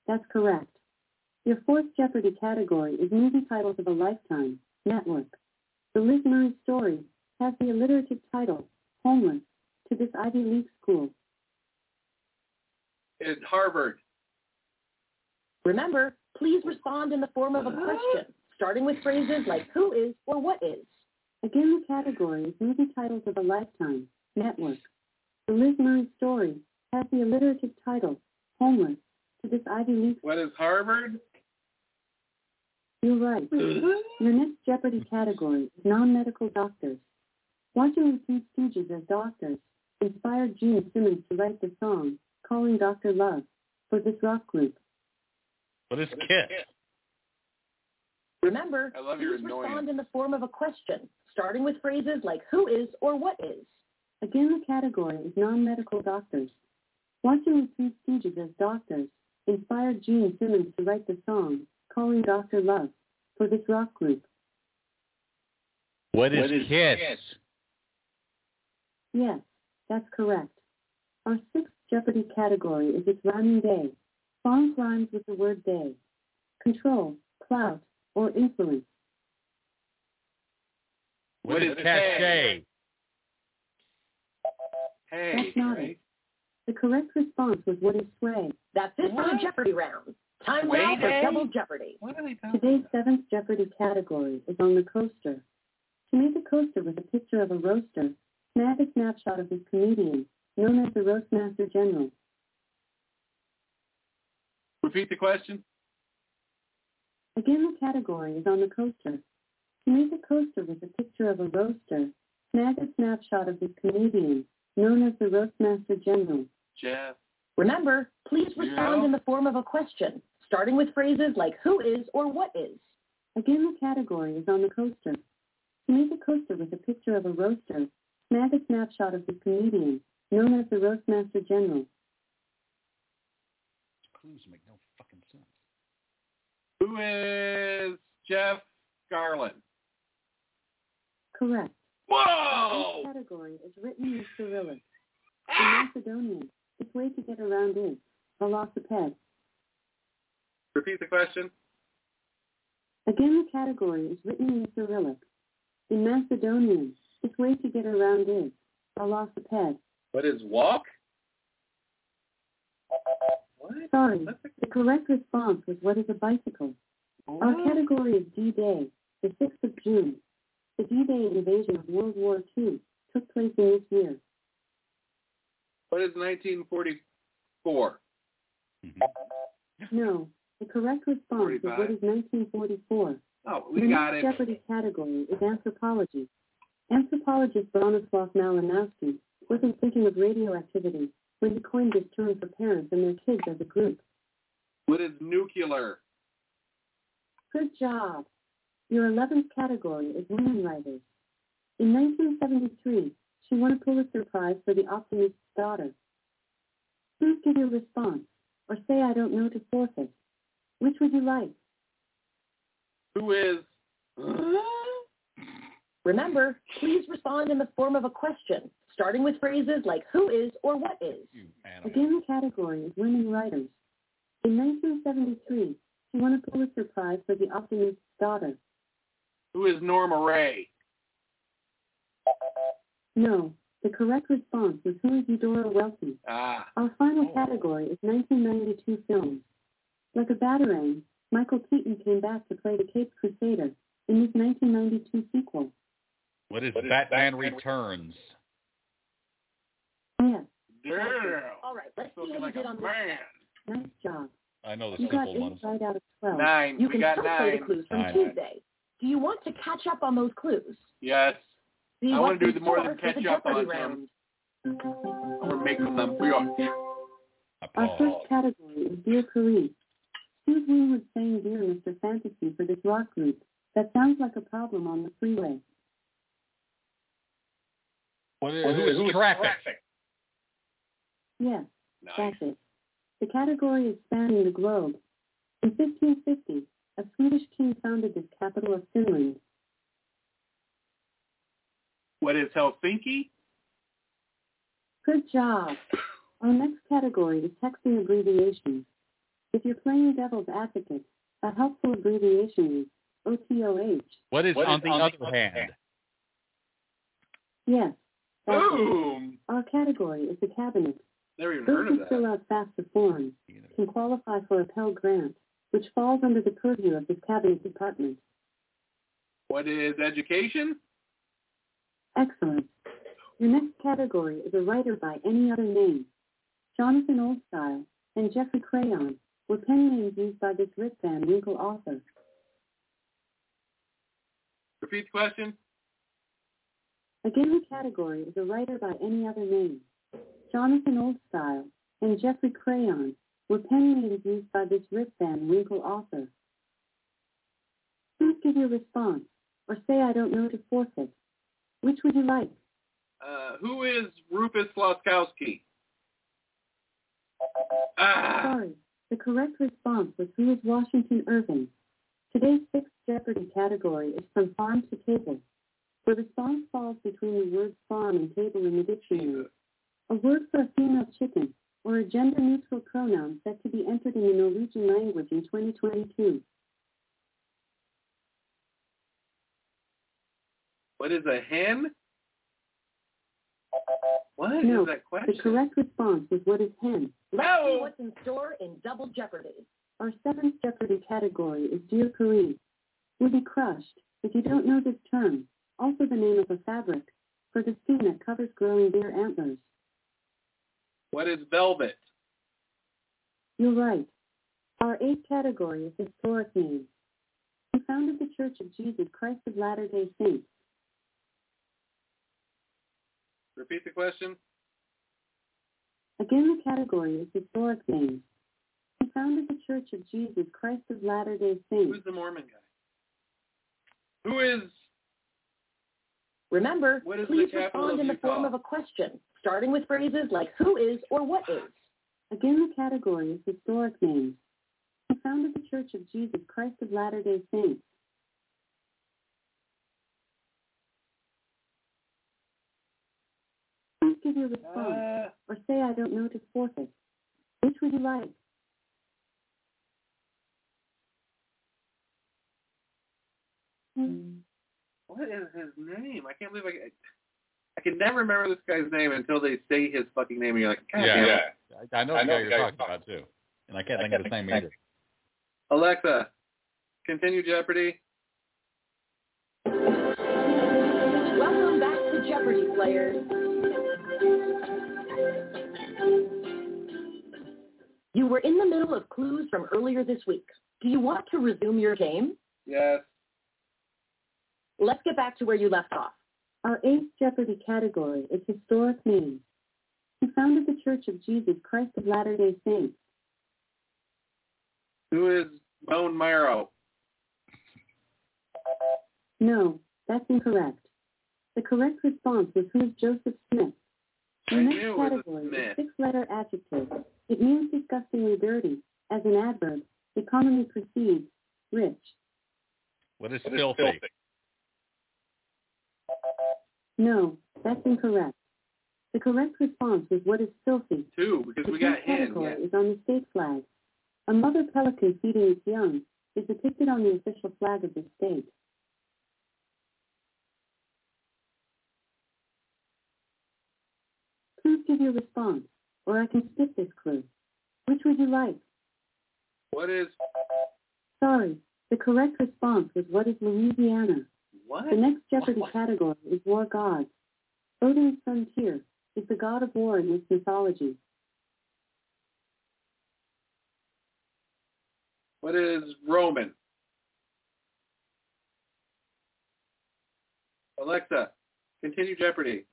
that's correct. Your fourth Jeopardy category is movie titles of a lifetime, network. The Liz Murray story has the alliterative title, Homeless, to this Ivy League school.
Is Harvard?
Remember, please respond in the form of a question, starting with phrases like who is or what is.
Again, the category is movie titles of a lifetime, network. The Liz Murray story has the alliterative title, Homeless, to this Ivy League.
What is Harvard?
You're right.
Mm-hmm.
Your next Jeopardy category is non-medical doctors. Watching the Two Stooges as doctors inspired Gene Simmons to write the song, Calling Dr. Love, for this rock group.
What is Kit?
Remember,
I love your
please
annoyance.
respond in the form of a question, starting with phrases like who is or what is.
Again, the category is non-medical doctors. Watching the Two Stooges as doctors inspired Gene Simmons to write the song, Calling Dr. Love, for this rock group.
What is, Kiss?
Yes, that's correct. Our sixth Jeopardy category is its rhyming day. Songs rhymes with the word day. Control, clout, or influence.
What,
What
is,
is it?
cachet?
Hey.
That's not it. The correct response was what is sway.
That's it for the
What?
Jeopardy round. Time now
Wait,
for
hey.
double Jeopardy.
What are they
Today's
talking
seventh Jeopardy category is on the coaster. To make a coaster with a picture of a roaster, snag a snapshot of this comedian, known as the Roastmaster General.
Repeat the question.
Again, the category is on the coaster. To make a coaster with a picture of a roaster, snag a snapshot of this comedian, known as the Roastmaster General.
Jeff.
Remember, please respond
Yeah.
in the form of a question, starting with phrases like who is or what is.
Again, the category is on the coaster. To make a coaster with a picture of a roaster, snag a snapshot of this comedian, known as the Roastmaster General.
Clues make no fucking sense.
Who is Jeff Garland?
Correct. This
Whoa!
category is written in Cyrillic. In Macedonian, this way to get around is velociped.
Repeat the question.
Again, the category is written in Cyrillic. In Macedonian, this way to get around is velociped.
What is walk? What?
Sorry,
That's
the correct response was what is a bicycle? Our
Oh.
category is D-Day, the 6th of June. The D-Day invasion of World War II took place in this year.
What is 1944?
No, the correct response is what is 1944.
Oh, we
Mm-hmm.
the
got
next
it.
Jeopardy category is anthropology. Anthropologist Bronislaw Malinowski wasn't thinking of radioactivity when he coined this term for parents and their kids as a group.
What is nuclear?
Good job. Your 11th category is women writers. In 1973, she won a Pulitzer Prize for The Optimist's Daughter. Please give your response, or say I don't know to forfeit. Which would you like?
Who is?
Remember, please respond in the form of a question, starting with phrases like who is or what is.
You animal.
Again, the category is women writers. In 1973, she won a Pulitzer Prize for The Optimist's Daughter.
Who is Norma Ray?
No, the correct response was Who is Eudora Welty?
Ah,
Our final category is 1992 films. Like a batarang, Michael Keaton came back to play the Cape Crusader in his 1992 sequel.
What is Batman Returns?
Yes,
girl.
All right, let's see
Looking
how you
like
did
a
on this.
man.
nice job.
I know the
You got
simple
eight
ones.
right out of 12.
Nine.
You
we
can
got
still play the
nine.
clues from
Nine.
Tuesday. Do you want to catch up on those clues?
Yes.
See
I wanna
want
do the more than catch up on um,
Jeopardy
them.
round.
We're making them. We are.
Our
Applause.
first category is Dear Police. Steve Winwood sang Dear Mr. Fantasy for this rock group that sounds like a problem on the freeway.
What is, who is traffic?
Yes,
Nice.
that's it. The category is spanning the globe. In 1550, a Swedish king founded this capital of Finland.
What is Helsinki?
Good job. Our next category is texting abbreviations. If you're playing devil's advocate, a helpful abbreviation is OTOH.
What is on the other hand?
Yes, that's it.
Boom.
Our category is the cabinet.
Never even
Those
heard of
who fill
that.
out FAFSA forms can qualify for a Pell Grant, which falls under the purview of this cabinet department.
What is education?
Excellent. Your next category is a writer by any other name. Jonathan Oldstyle and Jeffrey Crayon were pen names used by this Rip Van Winkle author.
Repeat the question.
Again, the category is a writer by any other name. Jonathan Oldstyle and Jeffrey Crayon were pen names used by this Rip Van Winkle author. Please give your response, or say I don't know to forfeit. Which would you like?
Uh, who is Rufus Laskowski? Ah,
Sorry, the correct response was who is Washington Irving. Today's sixth Jeopardy category is from farm to table. The response falls between the words farm and table in the dictionary. A word for a female chicken or a gender-neutral pronoun set to be entered in the Norwegian language in 2022.
What is a hen? What is
No,
that
the
question?
correct response was what is hen.
Let's
No.
see what's in store in Double Jeopardy.
Our seventh Jeopardy category is Dear Kareem. You'll be crushed if you don't know this term, also the name of a fabric, for the skin that covers growing deer antlers.
What is velvet?
You're right. Our eighth category is historic names. He founded the Church of Jesus Christ of Latter-day Saints.
Repeat the question.
Again, the category is historic names. He founded the Church of Jesus Christ of Latter-day Saints.
Who's the Mormon guy? Who is
Remember,
What is the
please
capital
respond
of
in the form
Utah?
of a question, starting with phrases like who is or what is.
Again, the category is historic names. He founded the Church of Jesus Christ of Latter-day Saints. Please give your
Hmm.
response
uh,
or say I don't know to forfeit. Which would you like?
what is his name? I can't believe I I can never remember this guy's name until they say his fucking name and you're like, God
Yeah,
damn it.
yeah. I, I know the guy you're talking about too, and I can't think of his name either.
Alexa, continue Jeopardy.
Welcome back to Jeopardy, players. You were in the middle of clues from earlier this week. Do you want to resume your game?
Yes.
Let's get back to where you left off.
Our eighth Jeopardy category is historic names. He founded the Church of Jesus Christ of Latter-day Saints.
Who is Bone Marrow?
No, that's incorrect. The correct response was who is Joseph Smith. The
I
next
knew it was
category
Smith.
is six-letter adjective. It means disgustingly dirty. As an adverb, it commonly precedes rich.
What is filthy?
No, that's incorrect. The correct response was what is filthy.
Two, because
The
we got
tenth
hen.
category
Yeah.
is on the state flag. A mother pelican feeding its young is depicted on the official flag of the state. Please give your response, or I can skip this clue. Which would you like?
What is
Sorry, the correct response was what is Louisiana?
what?
The next Jeopardy category is war gods. Odin's son Tyr is the god of war in this mythology.
What is Roman? Alexa, continue Jeopardy.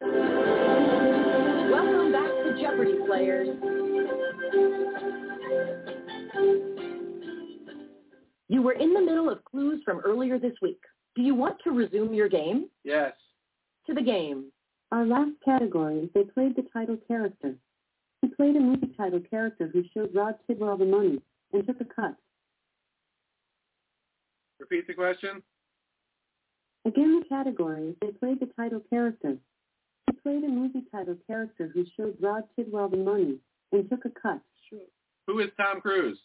Welcome back to Jeopardy, players. You were in the middle of clues from earlier this week. Do you want to resume your game?
Yes.
To the game.
Our last category is they played the title character. He played a movie title character who showed Rod Tidwell the money and took a cut.
Repeat the question.
Again, the category is they played the title character. He played a movie title character who showed Rod Tidwell the money and took a cut.
Who is Tom Cruise?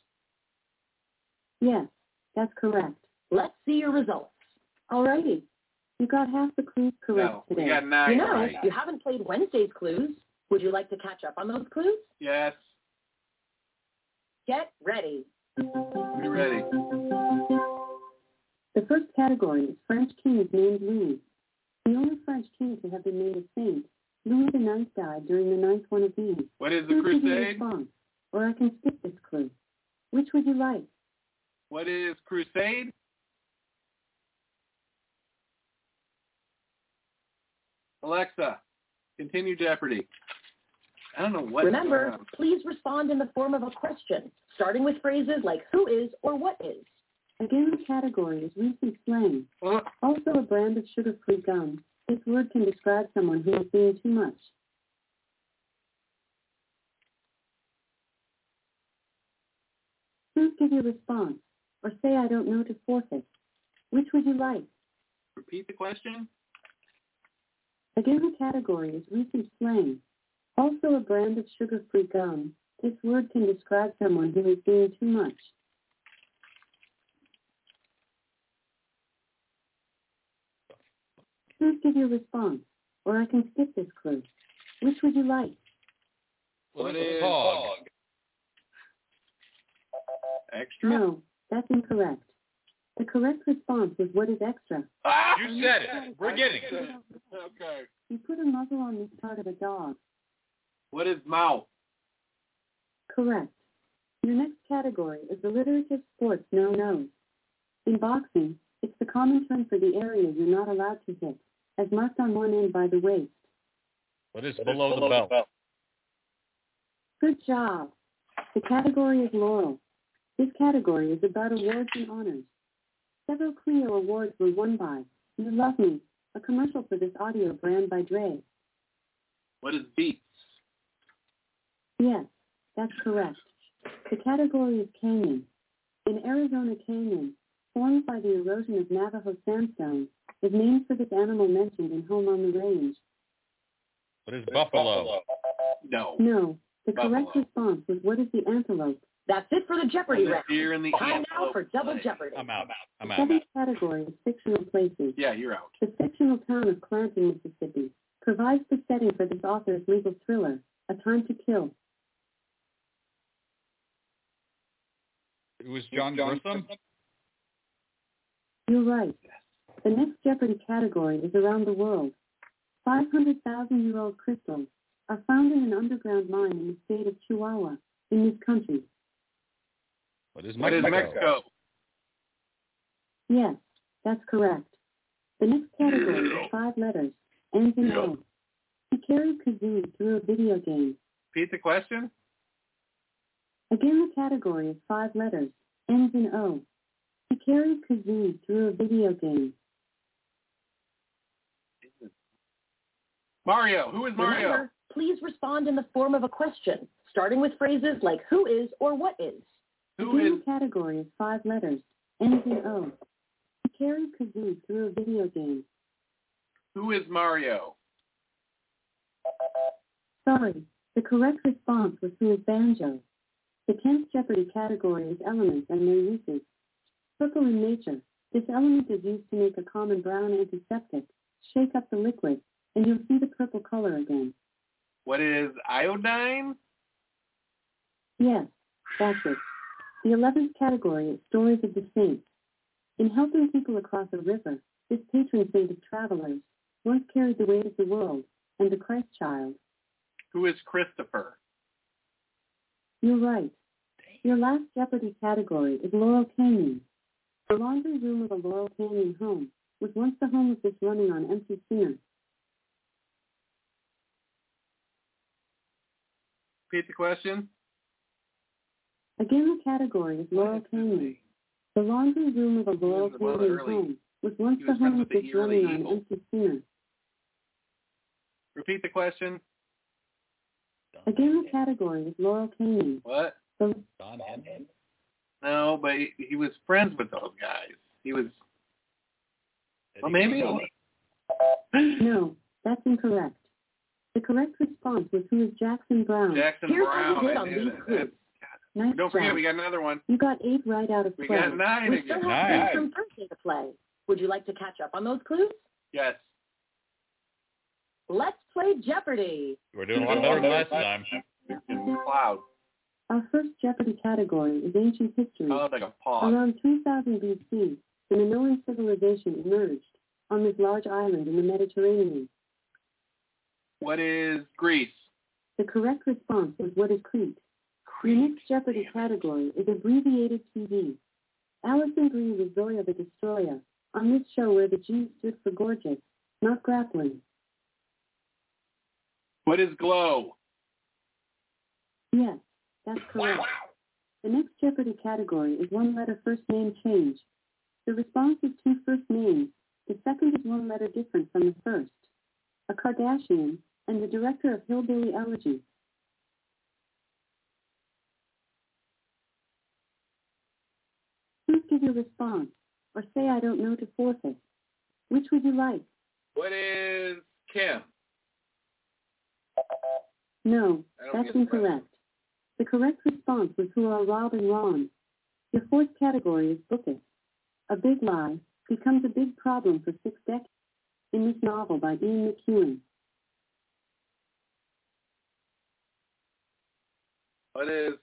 Yes, that's correct.
Let's see your results.
Alrighty. You got half the clues correct
no,
today.
we got nine.
you know,
right.
you haven't played Wednesday's clues. Would you like to catch up on those clues?
Yes.
Get ready.
Be ready.
The first category is French king is named Louis. The only French king to have been made a saint, Louis IX died during the ninth one of these.
What is the
Please give your
crusade?
response, or I can skip this clue. Which would you like?
What is crusade? Alexa, continue Jeopardy. I don't know what. uh,
Remember, please respond in the form of a question, starting with phrases like who is or what is.
Again, the category is recent slang.
Uh,
Also a brand of sugar-free gum. This word can describe someone who is being too much. Please give your response, or say I don't know to forfeit. Which would you like?
repeat the question.
Again, the category is recent slang. Also a brand of sugar-free gum. This word can describe someone who is doing too much. Please give your response, or I can skip this clue. Which would you like?
What is hog?
Extra?
No, that's incorrect. The correct response is what is extra.
You said it. We're getting it.
Ah! Okay.
You put a muzzle on this part of a dog.
What is mouth?
Correct. Your next category is alliterative sports no no. In boxing, it's the common term for the area you're not allowed to hit, as marked on one end by the waist.
What is below the belt?
Good job. The category is Laurel. This category is about awards and honors. Several Clio awards were won by You Love Me, a commercial for this audio brand by Dre.
What is beats?
Yes, that's correct. The category is canyon. An Arizona canyon, formed by the erosion of Navajo sandstone, is named for this animal mentioned in Home on the Range.
What is buffalo?
No.
No, the correct
Buffalo.
response is what is the antelope?
That's it for the
What
Jeopardy
is
round.
deer in the
Time now
antelope
for Double
play?
Jeopardy.
I'm out. I'm out.
Seventh category is fictional places.
Yeah, you're out.
The fictional town of Clanton, Mississippi, provides the setting for this author's legal thriller, A Time to Kill.
It was John Grissom.
You're right. The next Jeopardy category is around the world. 500,000-year-old crystals are found in an underground mine in the state of Chihuahua in this country.
What is
What is
Mexico?
Mexico?
Yes, that's correct. The next category is five letters, ends in O. He carried kazoo through a video game.
Repeat the question?
Again, the category is five letters, ends in O. He carried kazoo through a video game.
Mario. Who is Mario?
Remember, please respond in the form of a question, starting with phrases like who is or what is.
Who
Mm-hmm.
Again,
is
the category is five letters, ends in O. He carried kazoo through a video game.
who is Mario?
Sorry, the correct response was who is banjo. The 10th Jeopardy category is elements and their uses. Purple in nature, this element is used to make a common brown antiseptic. Shake up the liquid, and you'll see the purple color again.
What is iodine?
Yes, that's it. The 11th category is stories of the saints. In helping people across a river, this patron saint of travelers once carried the weight of the world and the Christ child.
Who is Christopher?
You're right. Your last Jeopardy category is Laurel Canyon. The laundry room of a Laurel Canyon home was once the home of this running on empty singer.
Repeat the question?
Again, the category is Laurel Canyon. The laundry room of a Laurel
was one of the
Canyon
early-
home was once
he
the
was friends
home of
with the
this running
early
on
Eagle.
empty singer.
Repeat the question.
Again, the category is Laurel Canyon.
What?
The,
Don Henley.
No, but he- he was friends with those guys. He was. Well, maybe. it was.
no, that's incorrect. The correct response was who is Jackson Brown.
Jackson
Mm. Here's how we
Brown.
did
I
on
knew
these
that.
clues.
nice
Don't
job.
forget, we got another one.
You got eight right out of
We got
twelve.
nine
We still
again.
have things
Nice.
from Thursday to play. Would you like to catch up on those clues?
Yes.
Let's play Jeopardy.
We're doing a lot better than last time.
Cloud.
Our first Jeopardy category is ancient history.
Cloud like a pause.
Around 3000 BC, the Minoan civilization emerged on this large island in the Mediterranean.
What is Greece?
The correct response was what is Crete? Your next Jeopardy category is abbreviated TV. Allison Brie was Zoya the Destroyer on this show where the G stood for gorgeous, not grappling.
What is glow?
Yes, that's correct. The next Jeopardy category is one-letter first name change. The response is two first names. The second is one letter different from the first. A Kardashian and the director of Hillbilly Elegy. Please give your response or say I don't know to forfeit. Which would you like?
What is Kim?
No,
I don't
that's
get the
incorrect. The correct response was who are Rob and Ron. Your fourth category is book it. A big lie becomes a big problem for six decades. in this novel by Ian McEwan.
What is?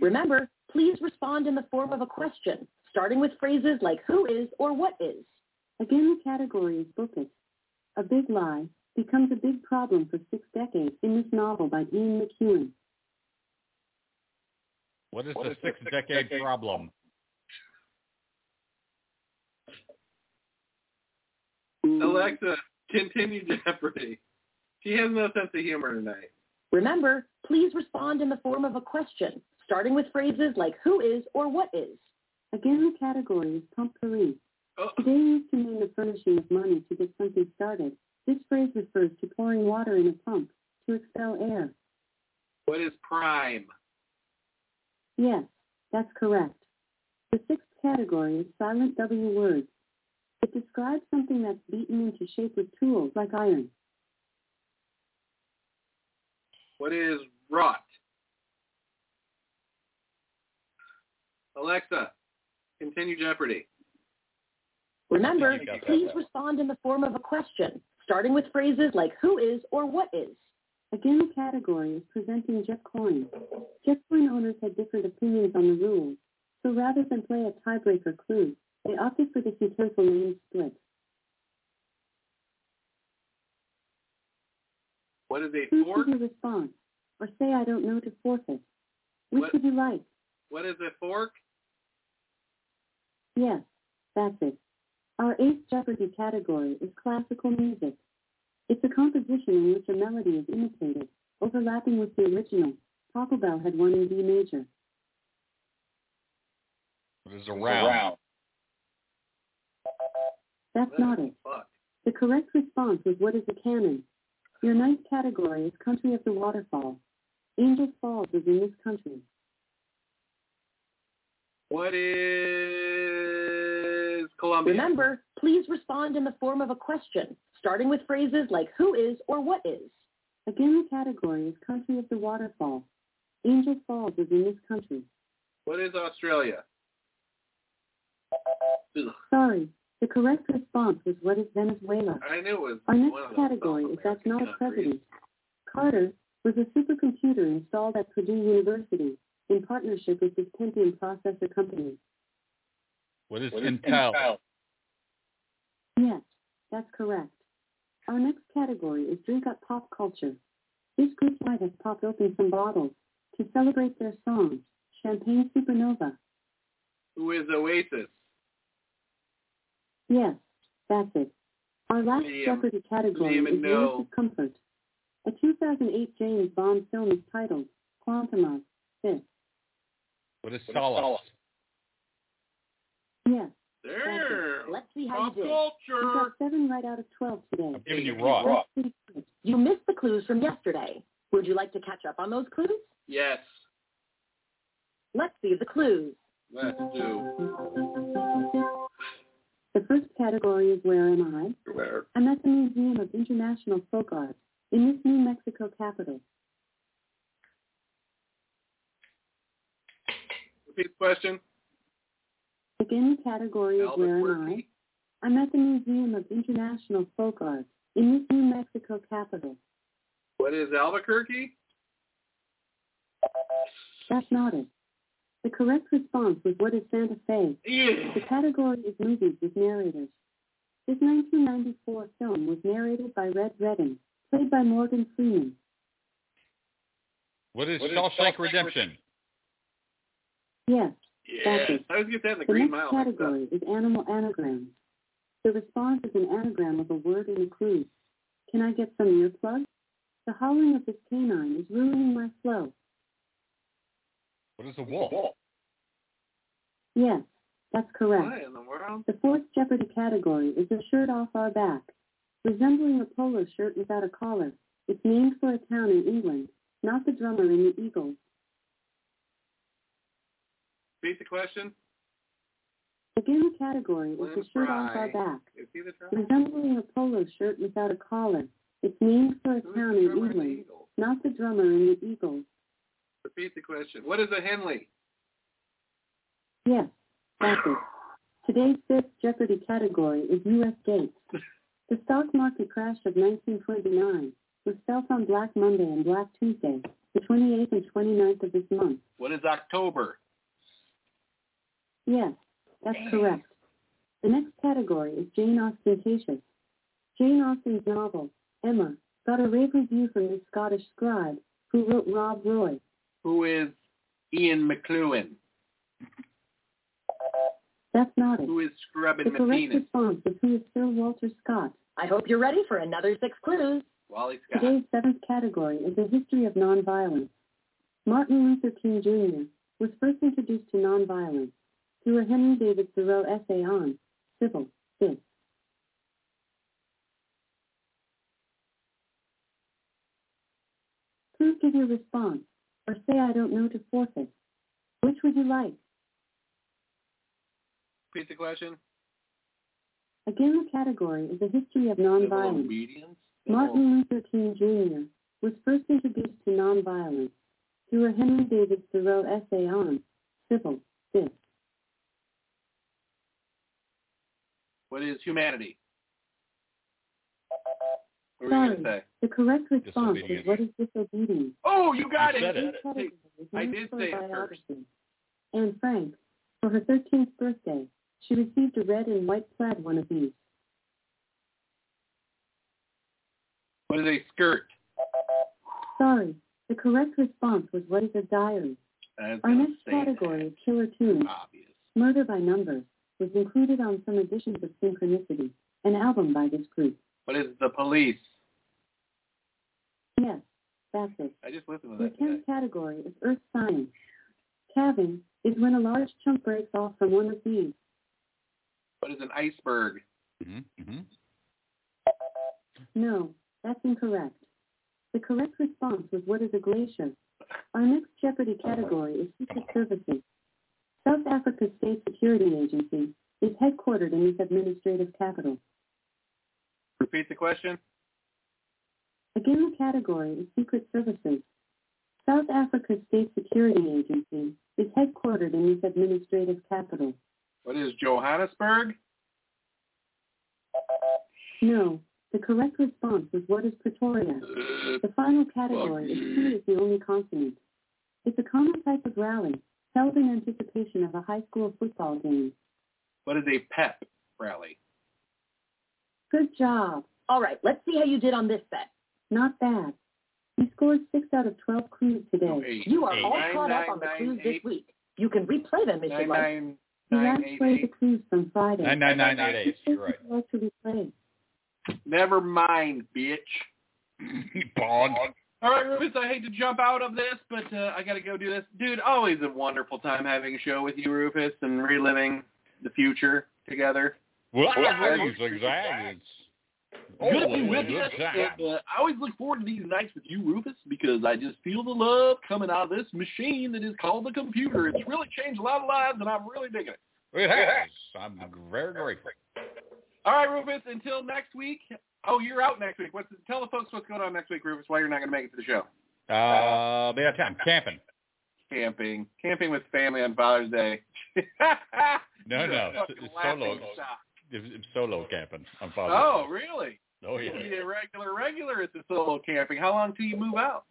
Remember, please respond in the form of a question, starting with phrases like who is or what is.
Again, the category is bookish. A big lie becomes a big problem for six decades in this novel by Ian McEwan.
What is
What
the
is the
six-decade
six-decade
problem?
Alexa, continue Jeopardy. She has no sense of humor tonight.
Remember, please respond in the form of a question, starting with phrases like who is or what is.
Again, the category is potpourri.
Oh,
Today used to mean the furnishing of money to get something started. This phrase refers to pouring water in a pump to expel air.
what is prime?
Yes, that's correct. The sixth category is silent W words. It describes something that's beaten into shape with tools like iron.
What is rot? Alexa, continue Jeopardy.
Remember,
You got that
please
one.
respond in the form of a question, starting with phrases like who is or what is.
Again, the category is presenting JetCoin. JetCoin owners had different opinions on the rules, so rather than play a tiebreaker clue, they opted for the utensil name split.
What is a
Choose
fork?
to your response, or say I don't know to forfeit. Which
What-
would you like?
What is a fork?
Yes, that's it. Our eighth Jeopardy category is classical music. It's a composition in which a melody is imitated, overlapping with the original. Taco Bell had one in D major.
What is around?
That's not it.
Fuck.
The correct response was what is a cannon? Your ninth category is country of the waterfall. Angel Falls is in this country.
What is Columbia?
Remember, please respond in the form of a question, starting with phrases like who is or what is.
Again, the category is country of the waterfall. Angel Falls is in this country.
What is Australia? Ugh,
Sorry, the correct response was what is Venezuela?
I knew it was
Our
one of
next
those
category
South
is that's
American
not a
countries.
president. Carter was a supercomputer installed at Purdue University in partnership with this Pentium processor company.
What is
What is
intel?
Yes, that's correct. Our next category is drink up pop culture. This group might have popped open some bottles to celebrate their song, Champagne Supernova.
Who is Oasis?
Yes, that's it. Our last
Liam.
Jeopardy category
Liam and
is
no.
Words of Comfort. A 2008 James Bond film is titled Quantum of Fifth.
What is solace?
Yes,
There.
Let's see how you
Pop
did.
we got
culture.
seven right out of 12 today.
I'm giving you raw.
That's pretty good.
You missed the clues from yesterday. Would you like to catch up on those clues?
Yes.
Let's see the clues.
Let's do.
The first category is Where Am I?
Where?
I'm at the Museum of International Folk Art in this New Mexico capital.
Repeat the question.
Again, the category is
Albert
Where Am I?
Werke.
I'm at the Museum of International Folk Art in this New Mexico capital.
What is Albuquerque?
That's not it. The correct response was What is Santa Fe?
Yeah.
The category is movies with narrators. This 1994 film was narrated by Red Redding, played by Morgan Freeman.
What is
What is
Shawshank
Shawshank
Redemption?
Yes,
Yeah.
That's it.
I always get that in the
the
Green
next
Mile. mixed up.
category is animal anagrams. The response is an anagram of a word in a clue. Can I get some earplugs? The howling of this canine is ruining my flow.
What is a wolf?
Yes, that's correct.
What in the world?
The fourth Jeopardy category is a shirt off our back. Resembling a polo shirt without a collar, it's named for a town in England, not the drummer in the Eagles.
Repeat the question.
Again, the category is the
Lynn
shirt off our
Fry.
back.
Is he the drummer?
Resembling a polo shirt without a collar, it's named for a
Who's
town
the drummer in
in
the
England,
Eagles?
not the drummer in the Eagles.
Repeat the question. What is a Henley?
Yes, that's it. Today's fifth Jeopardy category is U.S. dates. The stock market crash of 1929 was felt on Black Monday and Black Tuesday, the 28th and 29th of this month.
What is October?
Yes, that's correct. The next category is Jane Ostentatious. Jane Austen's novel, Emma, got a rave review from the Scottish scribe who wrote Rob Roy.
Who is Ian McLuhan?
That's not it.
Who is
The
Scrubbing the
correct
Penis?
response is who is Sir Walter Scott.
I hope you're ready for another six clues.
Wally Scott.
Today's seventh category is the history of nonviolence. Martin Luther King Jr. was first introduced to nonviolence through a Henry David Thoreau essay on civil dis. Please give your response or say I don't know to forfeit. Which would you like?
Repeat the question.
Again, the category is the history of
Civil
nonviolence.
obedience?
Martin
Oh.
Luther King Jr. was first introduced to nonviolence through a Henry David Thoreau essay on civil dis.
What is humanity? What were you
Sorry,
going to say?
the correct response is
Disobedience.
what is disobedience?
Oh, you got
You
it.
said it.
This category is
I
named
did
for
say
a
it first.
biography. Anne Frank, for her 13th birthday, she received a red and white plaid one of these.
What is a skirt?
Sorry, the correct response was what is a diary?
I was
Our
gonna
next
say
category is killer tunes.
that.
Ah.
Obvious.
Murder by Numbers was included on some editions of Synchronicity, an album by this group.
What is the police?
Yes, that's it.
I just listened to
The
that today.
tenth category is earth science. Calving is when a large chunk breaks off from one of these.
What is an iceberg?
Mm-hmm.
No, that's incorrect. The correct response was what is a glacier? Our next Jeopardy category is Secret Services. South Africa's State Security Agency is headquartered in its administrative capital.
Repeat the question.
Again, the category is Secret Services. South Africa's State Security Agency is headquartered in its administrative capital.
What is Johannesburg?
No, the correct response is what is Pretoria? The final category is who is the only consonant. It's a common type of rally held in anticipation of a high school football game.
What is a pep rally?
Good job.
All right, let's see how you did on this set.
Not bad. You scored 6 out of 12 clues
Oh,
today.
eight.
You are
Eight.
all
Nine,
caught up
nine,
on the
nine,
clues this
eight.
week. You can replay them if
Nine,
you like.
nine,
You
nine,
last
eight,
played the
eight.
clues from Friday.
Nine nine nine eight eight. You're right.
What should we play?
Never mind, bitch.
Bog.
All right, Rufus, I hate to jump out of this, but uh, I got to go do this. Dude, always a wonderful time having a show with you, Rufus, and reliving the future together.
Well, I
Well,
raise
Good
exactly.
to
Always
be with
a
you.
good time.
And, uh, I always look forward to these nights with you, Rufus, because I just feel the love coming out of this machine that is called the computer. It's really changed a lot of lives, and I'm really digging it.
It has. I'm very grateful.
All right, Rufus, until next week. Oh, you're out next week. What's Tell the folks what's going on next week, Rufus, why you're not going to make it to the show.
Uh, bad time camping.
Camping. Camping with family on Father's Day.
No,
You're a
no,
fucking
it's
laughing
solo.
stock.
It's, it's solo camping. I'm following.
Oh, really?
Oh
You
yeah.
need a regular, regular at the solo camping. How long till you move out?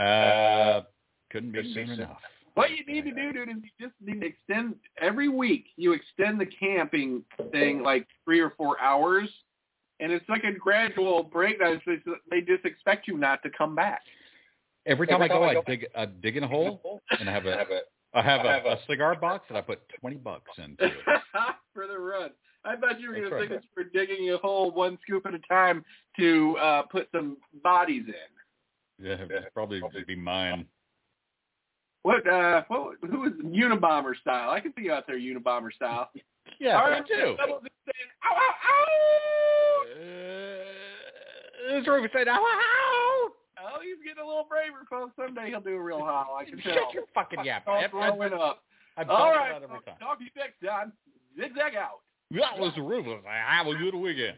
Uh, couldn't be
Couldn't be
soon
soon.
enough.
What you need to do, dude, is you just need to extend every week. You extend the camping thing like three or four hours, and it's like a gradual breakdown. So it's- they just expect you not to come back.
Every time, I go, I, dig a dig in a hole, and I have a I have a, a cigar box that I put twenty bucks into.
for the run. I thought you were going
That's
to
right.
think it's for digging a hole one scoop at a time to uh, put some bodies in.
Yeah, it's probably would be mine.
What? Uh, what? Who was Unabomber style? I can see you out there, Unabomber style.
Yeah,
All
I
right,
do.
Doubles is saying, ow, ow, ow!
Uh, this room said, "Ow,
Oh, he's getting a little braver, folks. Someday he'll do a real howl. I can
Shut
tell.
your fucking yap.
All
Yep, yep.
throwing up.
I'm
All
talking
right,
about every
folks.
time.
Talk to you next time. Zigzag out.
That was the ruthless. I will do it again.